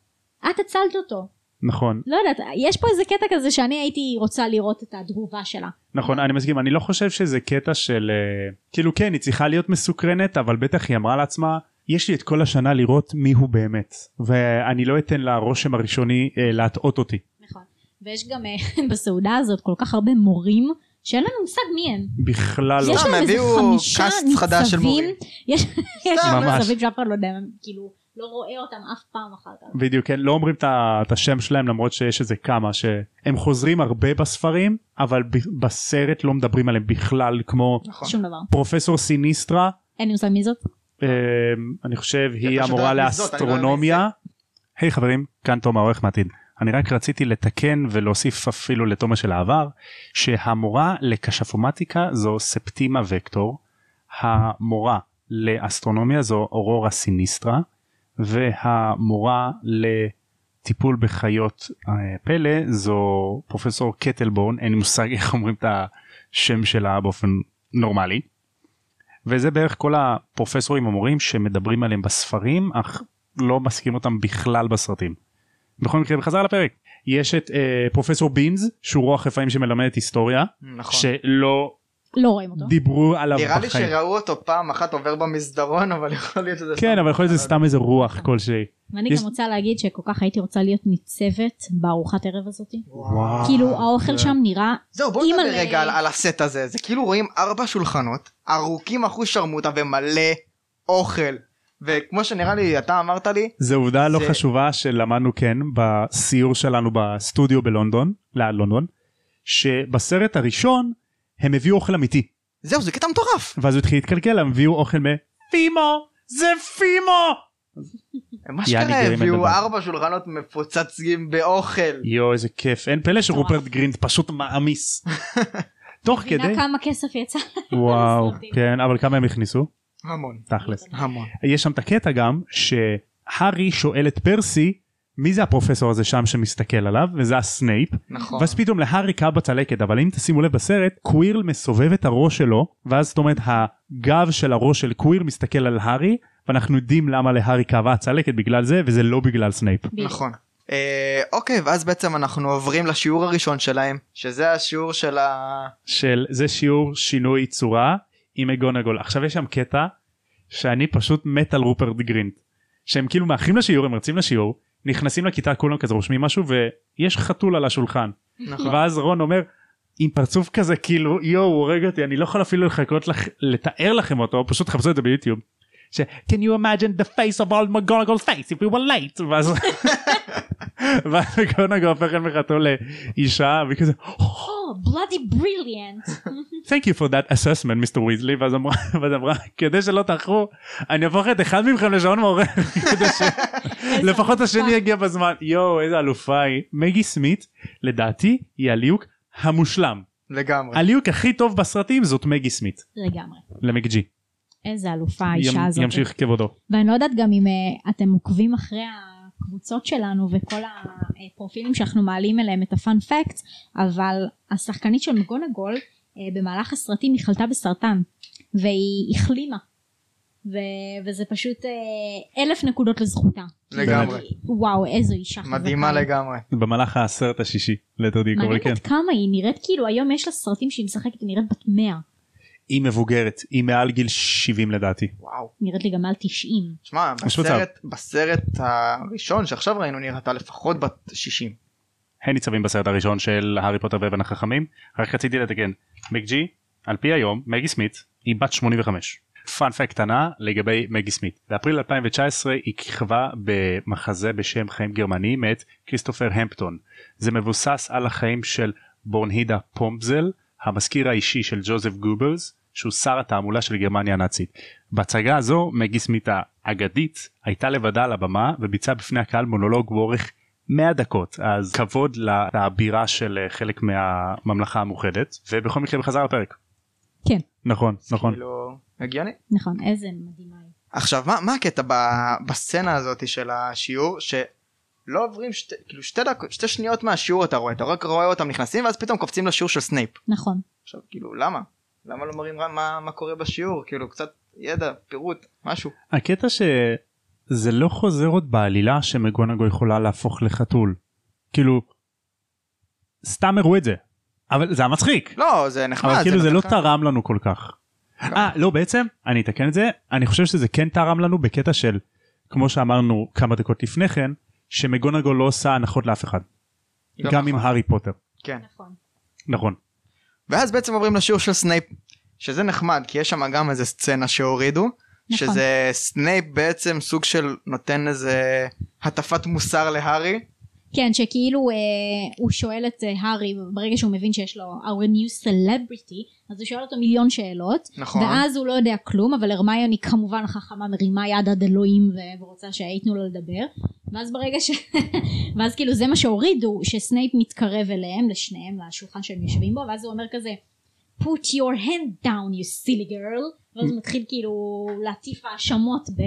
C: את הצלת אותו
A: נכון
C: לא יודעת יש פה איזה קטע כזה שאני הייתי רוצה לראות את התגובה שלה
A: נכון אני מסכים אני לא חושב שזה קטע של אה, כאילו כן היא צריכה להיות מסוקרנת אבל בטח היא אמרה לעצמה יש לי את כל השנה לראות מי הוא באמת ואני לא אתן לרושם הראשוני אה, להטעות אותי
C: נכון ויש גם אה, בסעודה הזאת כל כך הרבה מורים שאין לנו מושג מי הם
A: בכלל לא
C: יש
B: סתם,
C: להם איזה
B: הביאו
C: חמישה
B: קאסט חדש של
C: ניצבים
B: מורים.
C: יש יש
A: ממש.
C: להם ניצבים שאף אחד לא יודע כאילו לא רואה אותם אף פעם אחר כך
A: בדיוק כן לא אומרים את ה- את השם שלהם למרות שיש איזה כמה שהם חוזרים הרבה בספרים אבל ב- בסרט לא מדברים עליהם בכלל כמו
B: נכון.
C: שום דבר
A: פרופסור סיניסטרה
C: אין לי מושג מי זאת
A: אמ, אני חושב היא
B: פשוט
A: המורה
B: הולך לזדות, אני לא יודע
A: לאסטרונומיה. היי חברים, כאן תום העורך מעתיד. אני רק רציתי לתקן ולהוסיף אפילו לתומר של העבר, שהמורה לקשפומטיקה זו ספטימה וקטור, המורה לאסטרונומיה זו אורורה סיניסטרה, והמורה לטיפול בחיות אה, פלא זו פרופסור קטלבורן, אין לי מושג איך אומרים את השם שלה באופן נורמלי. וזה בערך כל הפרופסורים המורים שמדברים עליהם בספרים אך לא מזכירים אותם בכלל בסרטים. בכל מקרה בחזרה לפרק יש את אה, פרופסור בינז שהוא רוח רפאים שמלמד היסטוריה
B: נכון.
A: שלא
C: לא רואים אותו
A: דיברו עליו
B: נראה לי
A: בחיים.
B: שראו אותו פעם אחת עובר במסדרון, אבל יכול להיות שזה...
A: כן
B: סתם.
A: אבל יכול להיות שזה סתם איזה רוח כלשהי.
C: ואני
A: יש-
C: גם רוצה להגיד שכל כך הייתי רוצה להיות ניצבת בארוחת ערב הזאת.
A: וואו.
C: כאילו האוכל שם נראה,
B: זהו בוא
C: אם
B: נדבר
C: על-
B: רגע על, על הסט הזה זה כאילו רואים ארבע שולחנות ארוכים אחוז שרמוטה ומלא אוכל וכמו שנראה לי אתה אמרת לי
A: זה עובדה לא
B: זה-
A: חשובה שלמדנו כן בסיור שלנו בסטודיו בלונדון ליד לונדון שבסרט הראשון הם הביאו אוכל אמיתי
B: זהו זה קטע מטורף
A: ואז הוא התחיל להתקלקל הם הביאו אוכל מפימו זה פימו יעני
B: אשכרה
A: גרים
B: הביאו
A: לדבר.
B: ארבע שולחנות מפוצצים באוכל
A: יואו איזה כיף אין פלא שרופרט
C: מטורף.
A: גרינד פשוט מעמיס תוך
C: מבינה
A: כדי
C: כמה כסף יצא.
A: וואו
C: לסרטים.
A: כן אבל כמה הם הכניסו
B: המון
A: תכלס
B: המון
A: יש שם את הקטע גם שהארי שואל את פרסי מי זה הפרופסור הזה שם שמסתכל עליו וזה הסנייפ
B: נכון
A: ואז פתאום להארי קר בצלקת אבל אם תשימו לב בסרט קווירל מסובב את הראש שלו ואז זאת אומרת הגב של הראש של קוויר מסתכל על הארי ואנחנו יודעים למה להארי כאבה הצלקת בגלל זה וזה לא בגלל סנייפ
C: בדיוק.
B: נכון אה, אוקיי ואז בעצם אנחנו עוברים לשיעור הראשון שלהם שזה השיעור של ה...
A: של זה שיעור שינוי צורה עם מגונגול עכשיו יש שם קטע שאני פשוט מת על רופרט גרינט שהם כאילו מאחרים לשיעור הם רצים לשיעור נכנסים לכיתה כולם כזה רושמים משהו ויש חתול על השולחן
B: נכון
A: ואז רון אומר עם פרצוף כזה כאילו יואו הוא הורג אותי אני לא יכול אפילו לחכות לך לתאר לכם אותו פשוט חפשו את זה ביוטיוב. ש- can you imagine the face of all McGonagall's face if we were late ואז ואז McGonagall הופכת מחתול לאישה וכזה
C: או, בלאדי בריליאנט.
A: Thank you for that assessment, Mr. Weasley, ואז אמרה, ואז אמרה, כדי שלא תאחרו, אני הופך את אחד מכם לשעון מעורר, כדי שלפחות השני יגיע בזמן. יואו, איזה אלופה היא. מגי סמית, לדעתי, היא הליהוק המושלם.
B: לגמרי
A: הליהוק הכי טוב בסרטים זאת מגי סמית,
C: לגמרי.
A: למקג'י.
C: איזה אלופה האישה
A: ימ-
C: הזאת.
A: ימשיך כבודו.
C: ואני לא יודעת גם אם אה, אתם עוקבים אחרי הקבוצות שלנו וכל הפרופילים שאנחנו מעלים אליהם את הפאנפקט, אבל השחקנית של מגונגול אה, במהלך הסרטים היא חלתה בסרטן והיא החלימה ו- וזה פשוט אה, אלף נקודות לזכותה.
B: לגמרי.
C: כי- וואו איזו אישה חזקה.
B: מדהימה
C: היא.
B: לגמרי.
A: במהלך הסרט השישי לטר דיקובל,
C: מעניין
A: כן.
C: עד כמה היא נראית כאילו היום יש לה סרטים שהיא משחקת היא נראית בת 100
A: היא מבוגרת, היא מעל גיל 70 לדעתי.
B: וואו.
C: נראית לי גם מעל 90.
B: תשמע,
A: יש מצב.
B: בסרט, בסרט הראשון שעכשיו ראינו נראתה לפחות בת 60.
A: הם ניצבים בסרט הראשון של הארי פוטר ואבן החכמים, רק רציתי לתקן, מקג'י, על פי היום, מגי סמית, היא בת 85. פאנפקט קטנה לגבי מגי סמית. באפריל 2019 היא כיכבה במחזה בשם חיים גרמניים מאת כריסטופר המפטון. זה מבוסס על החיים של בורנהידה פומפזל, המזכיר האישי של ג'וזף גוברס, שהוא שר התעמולה של גרמניה הנאצית. בהצגה הזו, מגי סמית האגדית הייתה לבדה על הבמה וביצעה בפני הקהל מונולוג באורך 100 דקות אז כבוד ל- לבירה של אה, חלק מהממלכה המאוחדת ובכל מקרה בחזרה לפרק.
C: כן.
A: נכון נכון
B: כאילו, הגיוני.
C: נכון איזה מדהימה היא.
B: עכשיו, מה, מה הקטע ב, בסצנה הזאת של השיעור, שלא עוברים שתי, כאילו שתי, דק, שתי שניות מהשיעור אתה רואה, אתה רק רואה אותם נכנסים ואז פתאום קופצים לשיעור של סנייפ.
C: נכון.
B: עכשיו, כאילו, למה? למה לא מראים רק מה, מה קורה בשיעור? כאילו, קצת ידע, פירוט, משהו.
A: הקטע שזה לא חוזר עוד בעלילה שמגונגו יכולה להפוך לחתול כאילו סתם הראו את זה אבל זה היה מצחיק
B: לא, זה נחמד.
A: אבל כאילו אה, זה
B: נותן
A: לא
B: לך-
A: תרם לנו כל כך. אה לא בעצם אני אתקן את זה אני חושב שזה כן תרם לנו בקטע של כמו שאמרנו כמה דקות לפני כן שמגונגו לא עושה הנחות לאף אחד
B: לא
A: גם
B: נכון.
A: עם הארי פוטר
B: כן.
C: נכון.
A: נכון.
B: ואז בעצם עוברים לשיעור של סנייפ, שזה נחמד, כי יש שם גם איזה סצנה שהורידו,
C: נכון.
B: שזה סנייפ בעצם סוג של נותן איזה הטפת מוסר להארי.
C: כן שכאילו אה, הוא שואל את אה, הארי ברגע שהוא מבין שיש לו our new celebrity אז הוא שואל אותו מיליון שאלות
B: נכון.
C: ואז הוא לא יודע כלום אבל הרמיוני כמובן חכמה מרימה יד עד אלוהים ו- ורוצה שייתנו לו לדבר ואז ברגע ש... ואז כאילו זה מה שהורידו שסנייפ מתקרב אליהם לשניהם לשולחן שהם יושבים בו ואז הוא אומר כזה put your hand down you silly girl ואז הוא מתחיל כאילו להטיף האשמות ב...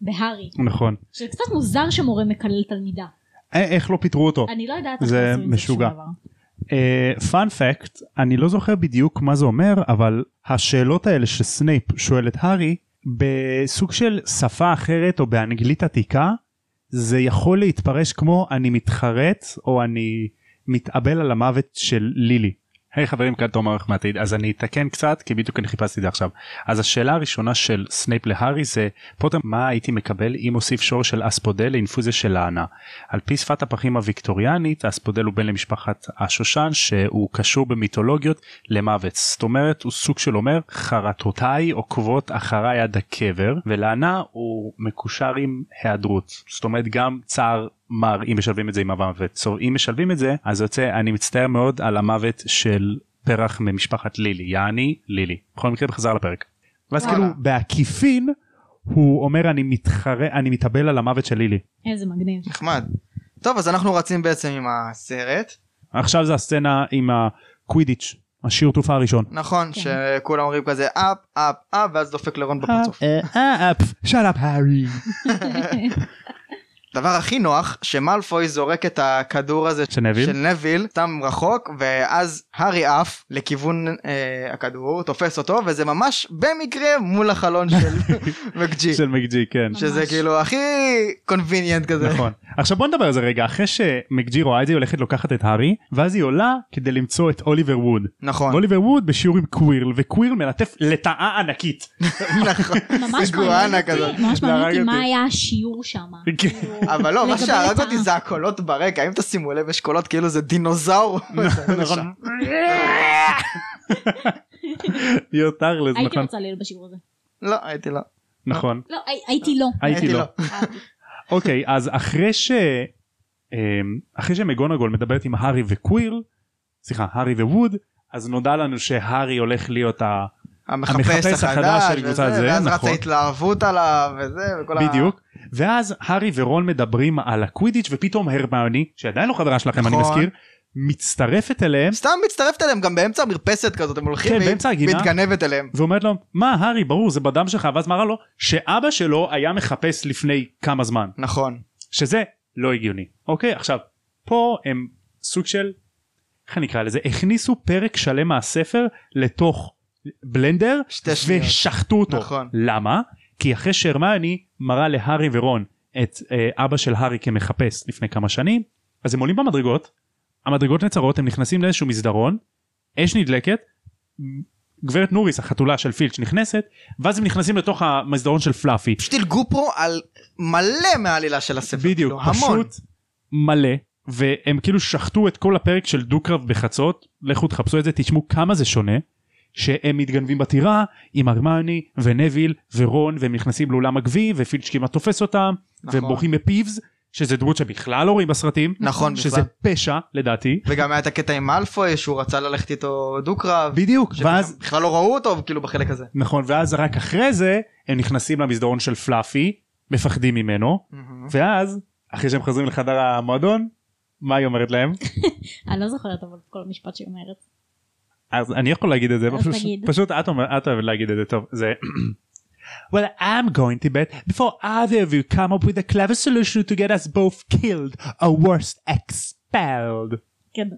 C: בהארי
A: נכון.
C: שזה קצת מוזר שמורה מקלל תלמידה
A: אה, איך לא פיטרו אותו?
C: אני לא יודעת
A: זה
C: איך עשו עם
A: משוגע.
C: שום דבר.
A: פאנפקט, אה, אני לא זוכר בדיוק מה זה אומר, אבל השאלות האלה שסנייפ שואל את הארי, בסוג של שפה אחרת או באנגלית עתיקה, זה יכול להתפרש כמו אני מתחרט או אני מתאבל על המוות של לילי. היי hey, חברים כאן תומר ערך מהעתיד אז אני אתקן קצת כי בדיוק אני חיפשתי את זה עכשיו אז השאלה הראשונה של סנייפ להארי זה פוטר מה הייתי מקבל אם אוסיף שור של אספודל לאינפוזיה של הענה על פי שפת הפחים הוויקטוריאנית האספודל הוא בן למשפחת השושן שהוא קשור במיתולוגיות למוות זאת אומרת הוא סוג של אומר חרטותיי עוקבות אחריי עד הקבר ולענה הוא מקושר עם היעדרות זאת אומרת גם צער מר אם משלבים את זה עם המוות so, אם משלבים את זה אז יוצא אני מצטער מאוד על המוות של פרח ממשפחת לילי יעני לילי בכל מקרה בחזר לפרק. ואז
B: וואלה.
A: כאילו בעקיפין הוא אומר אני מתחרה אני מתאבל על המוות של לילי.
C: איזה מגניב.
B: נחמד. טוב, אז אנחנו רצים בעצם עם הסרט.
A: עכשיו זה הסצנה עם הקווידיץ', השיעור תעופה הראשון.
B: נכון,
C: כן.
B: שכולם אומרים כזה אפ, אפ, אפ, ואז דופק לרון בפרצוף.
C: אה,
A: שאט אפ הארי.
B: דבר הכי נוח, שמלפוי זורק את הכדור הזה
A: של נביל?
B: של נביל, סתם רחוק, ואז הארי עף לכיוון אה, הכדור, תופס אותו, וזה ממש במקרה מול החלון של מקג'י.
A: של מקג'י, כן.
B: שזה
C: ממש.
B: כאילו הכי קונביניאנט כזה.
A: נכון. עכשיו בוא נדבר על זה רגע, אחרי שמקג'י רואה את זה היא הולכת לוקחת את הארי, ואז היא עולה כדי למצוא את אוליבר ווד.
B: נכון.
A: ואוליבר ווד בשיעור עם קווירל, וקווירל מלטף לטאה ענקית.
B: נכון.
C: ממש מעניין
B: איגואנה כזאת.
C: אותי, ממש
A: להרג
C: מעניין אותי
A: אותי.
C: מה היה השיעור שם.
A: כן.
C: כאילו,
B: אבל לא, מה
C: לגבי
B: שהרג
C: לטאה.
B: אותי זה הקולות ברקע, אם תשימו לב, יש קולות כאילו זה דינוזאור.
A: נכון. יותר לזה,
C: הייתי
A: נכון.
C: רוצה להיות בשיעור הזה.
B: לא, הייתי לא.
A: נכון.
C: לא, הי- הייתי לא.
A: הייתי לא.
C: אהבתי.
A: אוקיי אז אחרי ש... אמ, אחרי שמגונגול מדברת עם הארי וקוויר, סליחה הארי ווד, אז נודע לנו שהארי הולך להיות ה...
B: המחפש
A: המחפש החדש
B: החדש
A: של קבוצת
B: וזה,
A: זה,
B: ואז
A: נכון.
B: רצה התלהבות עליו וזה, וכל ה...
A: בדיוק. ואז הארי ורון מדברים על הקווידיץ' ופתאום הרמיוני, שעדיין לא חברה שלכם אני
B: נכון.
A: מזכיר, מצטרפת אליהם
B: סתם מצטרפת אליהם גם באמצע המרפסת כזאת, הם הולכים
A: כן,
B: והיא
A: באמצע הגינה.
B: מתגנבת אליהם.
A: ואומרת לו מה הארי ברור זה בדם שלך ואז מראה לו שאבא שלו היה מחפש לפני כמה זמן
B: נכון.
A: שזה לא הגיוני אוקיי עכשיו פה הם סוג של איך נקרא לזה, הכניסו פרק שלם מהספר לתוך בלנדר,
B: שתי שניות.
A: ושחטו אותו.
B: נכון.
A: למה? כי אחרי שהרמני מראה להארי ורון את אה, אבא של הארי כמחפש לפני כמה שנים, אז הם עולים במדרגות, המדרגות נצרות, הם נכנסים לאיזשהו מסדרון, אש נדלקת, גברת נוריס החתולה של פילץ' נכנסת, ואז הם נכנסים לתוך המסדרון של פלאפי.
B: פשוט דילגו פה על מלא מהעלילה של הספר.
A: בדיוק,
B: כאילו, המון.
A: פשוט מלא, והם כאילו שחטו את כל הפרק של דו-קרב בחצות, לכו תחפשו את זה, תשמעו כמה זה שונה, שהם מתגנבים בטירה עם הרמני ונביל ורון, והם נכנסים לאולם הגביע, ופילץ' כמעט תופס אותם,
B: נכון.
A: והם בורחים בפיבס, שזה דמות שבכלל לא רואים בסרטים,
B: נכון,
A: שזה
B: בכלל.
A: פשע לדעתי.
B: וגם היה את הקטע עם מאלפוי שהוא רצה ללכת איתו דו קרב.
A: בדיוק, ואז
B: בכלל לא ראו אותו כאילו בחלק הזה.
A: נכון ואז רק אחרי זה הם נכנסים למסדרון של פלאפי מפחדים ממנו ואז אחרי שהם חוזרים לחדר המועדון מה היא אומרת להם
C: אני לא זוכרת אבל כל משפט שהיא אומרת.
A: אז אני יכול להגיד את זה
C: אז
A: פשוט,
C: תגיד.
A: פשוט את אומרת את אוהבת להגיד את זה טוב זה. Well, I'm going to bed before either of you come up with a clever solution to get us both killed or worst expelled.
C: כן.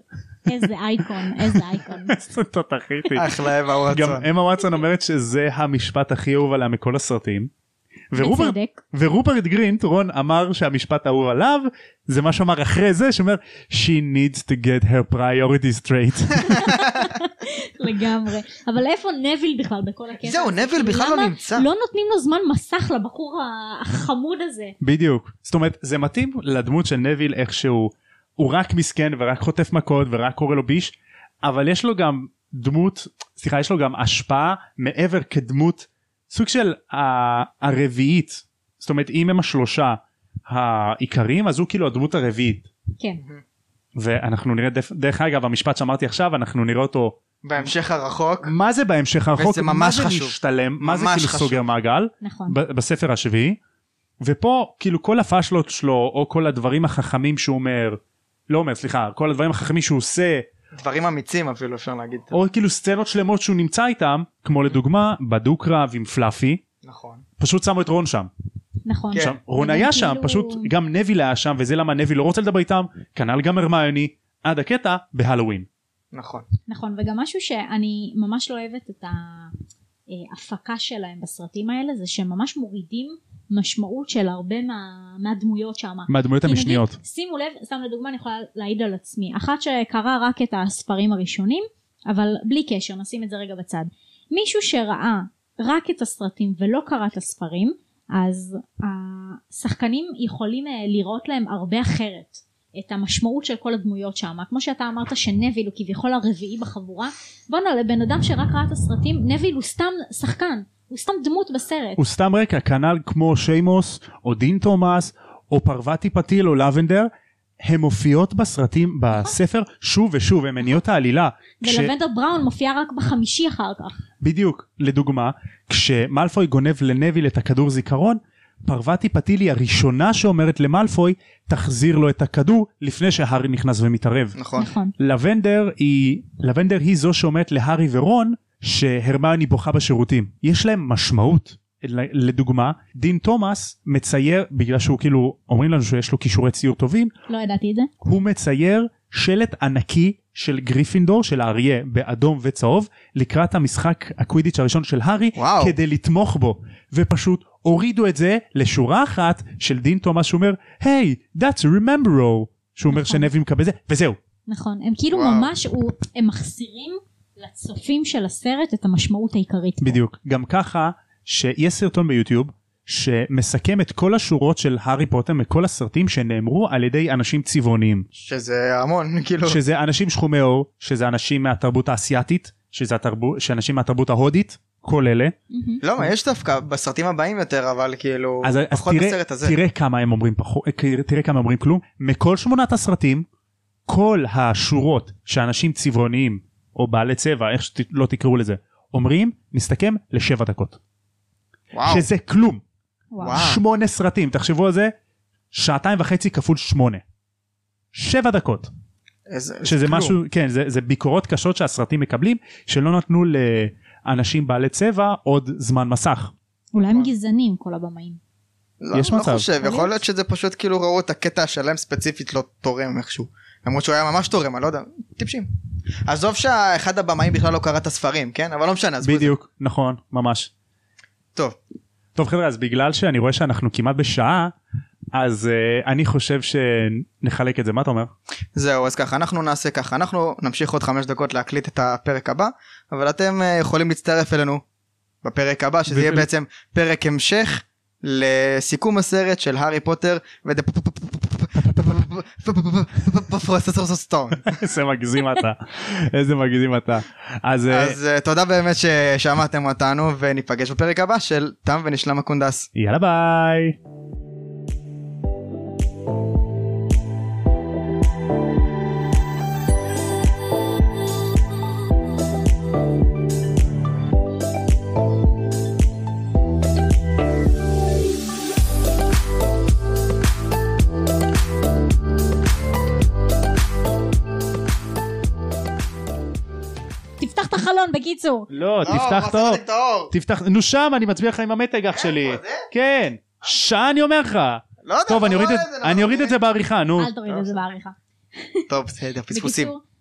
C: איזה אייקון, איזה אייקון.
A: איזה תותחית.
B: אה, אחלה אב האור
A: גם
B: רצון.
A: אמה וואטסון אומרת שזה המשפט הכי אהוב עליה מכל הסרטים. ורוברט,
C: בצדק.
A: ורופרט גרינט רון אמר שהמשפט האהוב עליו זה מה שאמר אחרי זה שאומר she needs to get her priority straight.
C: לגמרי. אבל איפה נביל בכלל בכל
A: אה,
C: הקטע?
B: זהו,
C: הזה?
B: נביל בכלל לא
C: כן, למה
B: נמצא.
C: לא נותנים לו זמן מסך לבחור החמוד הזה.
A: בדיוק זאת אומרת זה מתאים לדמות של נביל איכשהו הוא רק מסכן ורק חוטף מכות ורק קורא לו ביש אבל יש לו גם דמות סליחה יש לו גם השפעה מעבר כדמות סוג של ה- הרביעית זאת אומרת אם הם השלושה העיקריים אז הוא כאילו הדמות הרביעית
C: כן.
A: ואנחנו נראה דף, דרך אגב המשפט שאמרתי עכשיו אנחנו נראה אותו
B: בהמשך הרחוק.
A: מה זה בהמשך הרחוק
B: וזה ממש
A: מה זה
B: חשוב.
A: משתלם מה זה
B: ממש
A: כאילו
B: חשוב.
A: סוגר מעגל
C: נכון.
A: ב- בספר השביעי ופה כאילו כל הפאשלות שלו או כל הדברים החכמים שהוא אומר לא אומר סליחה כל הדברים החכמים שהוא עושה
B: דברים אמיצים אפילו אפשר להגיד.
A: או כאילו סצנות שלמות שהוא נמצא איתם כמו לדוגמה בדו קרב עם פלאפי
B: נכון.
A: פשוט שמו את רון שם
C: נכון.
B: כן.
A: עכשיו רון היה שם
C: כאילו-
A: פשוט גם נביל היה שם וזה למה נביל לא רוצה לדבר איתם כנ"ל גם הרמיוני עד הקטע בהלואוין
B: נכון.
C: נכון, וגם משהו שאני ממש לא אוהבת את אה, ההפקה שלהם בסרטים האלה, זה שהם ממש מורידים משמעות של הרבה מה, מהדמויות שם.
A: מהדמויות
C: כי נגיד,
A: המשניות
C: שימו לב, סתם לדוגמה אני יכולה להעיד על עצמי, אחת שקראה רק את הספרים הראשונים, אבל בלי קשר, נשים את זה רגע בצד. מישהו שראה רק את הסרטים ולא קרא את הספרים, אז השחקנים יכולים אה, לראות להם הרבה אחרת. את המשמעות של כל הדמויות שם, כמו שאתה אמרת שנביל הוא כביכול הרביעי בחבורה, בואנה לבן אדם שרק ראה את הסרטים, נביל הוא סתם שחקן, הוא סתם דמות בסרט.
A: הוא סתם רקע כנ"ל כמו שיימוס או דין תומאס או פרווטי פתיל או לבנדר הן מופיעות בסרטים בספר שוב ושוב הן מניעות העלילה. כש-
C: ולבנדר בראון מופיע רק בחמישי אחר כך.
A: בדיוק לדוגמה כשמלפוי גונב לנביל את הכדור זיכרון פרווטי פתיל היא הראשונה שאומרת למלפוי תחזיר לו את הכדור לפני שהארי נכנס ומתערב.
B: נכון.
C: נכון.
A: לבנדר היא לבנדר היא זו שאומרת להארי ורון שהרמיוני בוכה בשירותים יש להם משמעות ל- לדוגמה דין תומאס מצייר בגלל שהוא כאילו אומרים לנו שיש לו כישורי ציור טובים
C: לא ידעתי את זה.
A: הוא מצייר שלט ענקי של גריפינדור של האריה באדום וצהוב לקראת המשחק הקווידיץ' הראשון של הארי
B: וואו.
A: כדי לתמוך בו ופשוט הורידו את זה לשורה אחת של דין תומאס שאומר היי hey, that's a remember שהוא אומר
C: נכון.
A: שנבי מקבל זה וזהו
C: נכון, הם כאילו
B: וואו.
C: ממש, הוא, הם מחסירים לצופים של הסרט את המשמעות העיקרית. פה.
A: בדיוק. גם ככה שיש סרטון ביוטיוב שמסכם את כל השורות של הארי פוטר מכל הסרטים שנאמרו על ידי אנשים צבעוניים.
B: שזה המון כאילו.
A: שזה אנשים שחומי עור, שזה אנשים מהתרבות האסייתית, שזה התרבו, שאנשים מהתרבות ההודית, כל אלה.
C: מהמם.
B: לא מה, יש דווקא בסרטים הבאים יותר אבל כאילו.
A: אז, אז
B: פחות
A: תראה,
B: בסרט הזה.
A: תראה כמה הם אומרים פחות, אה, תראה כמה הם אומרים כלום. מכל שמונת הסרטים, כל השורות שאנשים צבעוניים, או בעלי צבע, איך שלא תקראו לזה, אומרים, מסתכם לשבע דקות.
B: וואו.
A: שזה כלום.
C: וואו.
B: וואו.
A: שמונה סרטים תחשבו על זה שעתיים וחצי כפול שמונה. שבע דקות
B: איזה-
A: שזה
B: כלום.
A: משהו כן זה, זה ביקורות קשות שהסרטים מקבלים שלא נתנו לאנשים בעלי צבע עוד זמן מסך.
C: אולי הם
B: וואו.
C: גזענים כל הבמאים.
B: לא,
A: יש
B: לא
A: מצב.
B: חושב,
C: יכול
B: יכול
C: להיות.
B: להיות שזה פשוט כאילו ראו את הקטע שלהם ספציפית לא תורם איכשהו. למרות שהוא היה ממש תורם, אני לא יודע, טיפשים. עזוב שאחד הבמאים בכלל לא קרא את הספרים, כן? אבל לא משנה, עזבו את זה.
A: בדיוק, נכון, ממש.
B: טוב,
A: טוב חבר'ה אז בגלל שאני רואה שאנחנו כמעט בשעה אז uh, אני חושב שנחלק את זה מה אתה אומר
B: זהו, אז ככה, אנחנו נעשה ככה, אנחנו נמשיך עוד חמש דקות להקליט את הפרק הבא, אבל אתם אה, יכולים להצטרף אלינו בפרק הבא, שזה יהיה
A: ב-
B: בעצם פרק המשך לסיכום הסרט של הארי פוטר ו... פרופסור סטון.
A: איזה מגזים אתה איזה מגזים אתה אז, אז...
B: אז אה, תודה באמת ששמעתם אותנו, וניפגש בפרק הבא של תם ונשלם הקונדס.
A: יאללה ביי.
C: תפתח את החלון בקיצור.
A: לא תפתח טוב. תפתח נו שם אני מצביע לך עם המתג אח שלי.
B: פה, זה?
A: כן. שעה אני אומר לך.
B: אה. לא יודע,
A: טוב
B: לא
A: אני אוריד
B: רואה
A: את
B: זה,
A: אני
B: לא
A: אוריד את זה בעריכה נו.
C: אל תוריד את זה בעריכה.
B: טוב, בסדר, פספוסים.
C: בקיצור,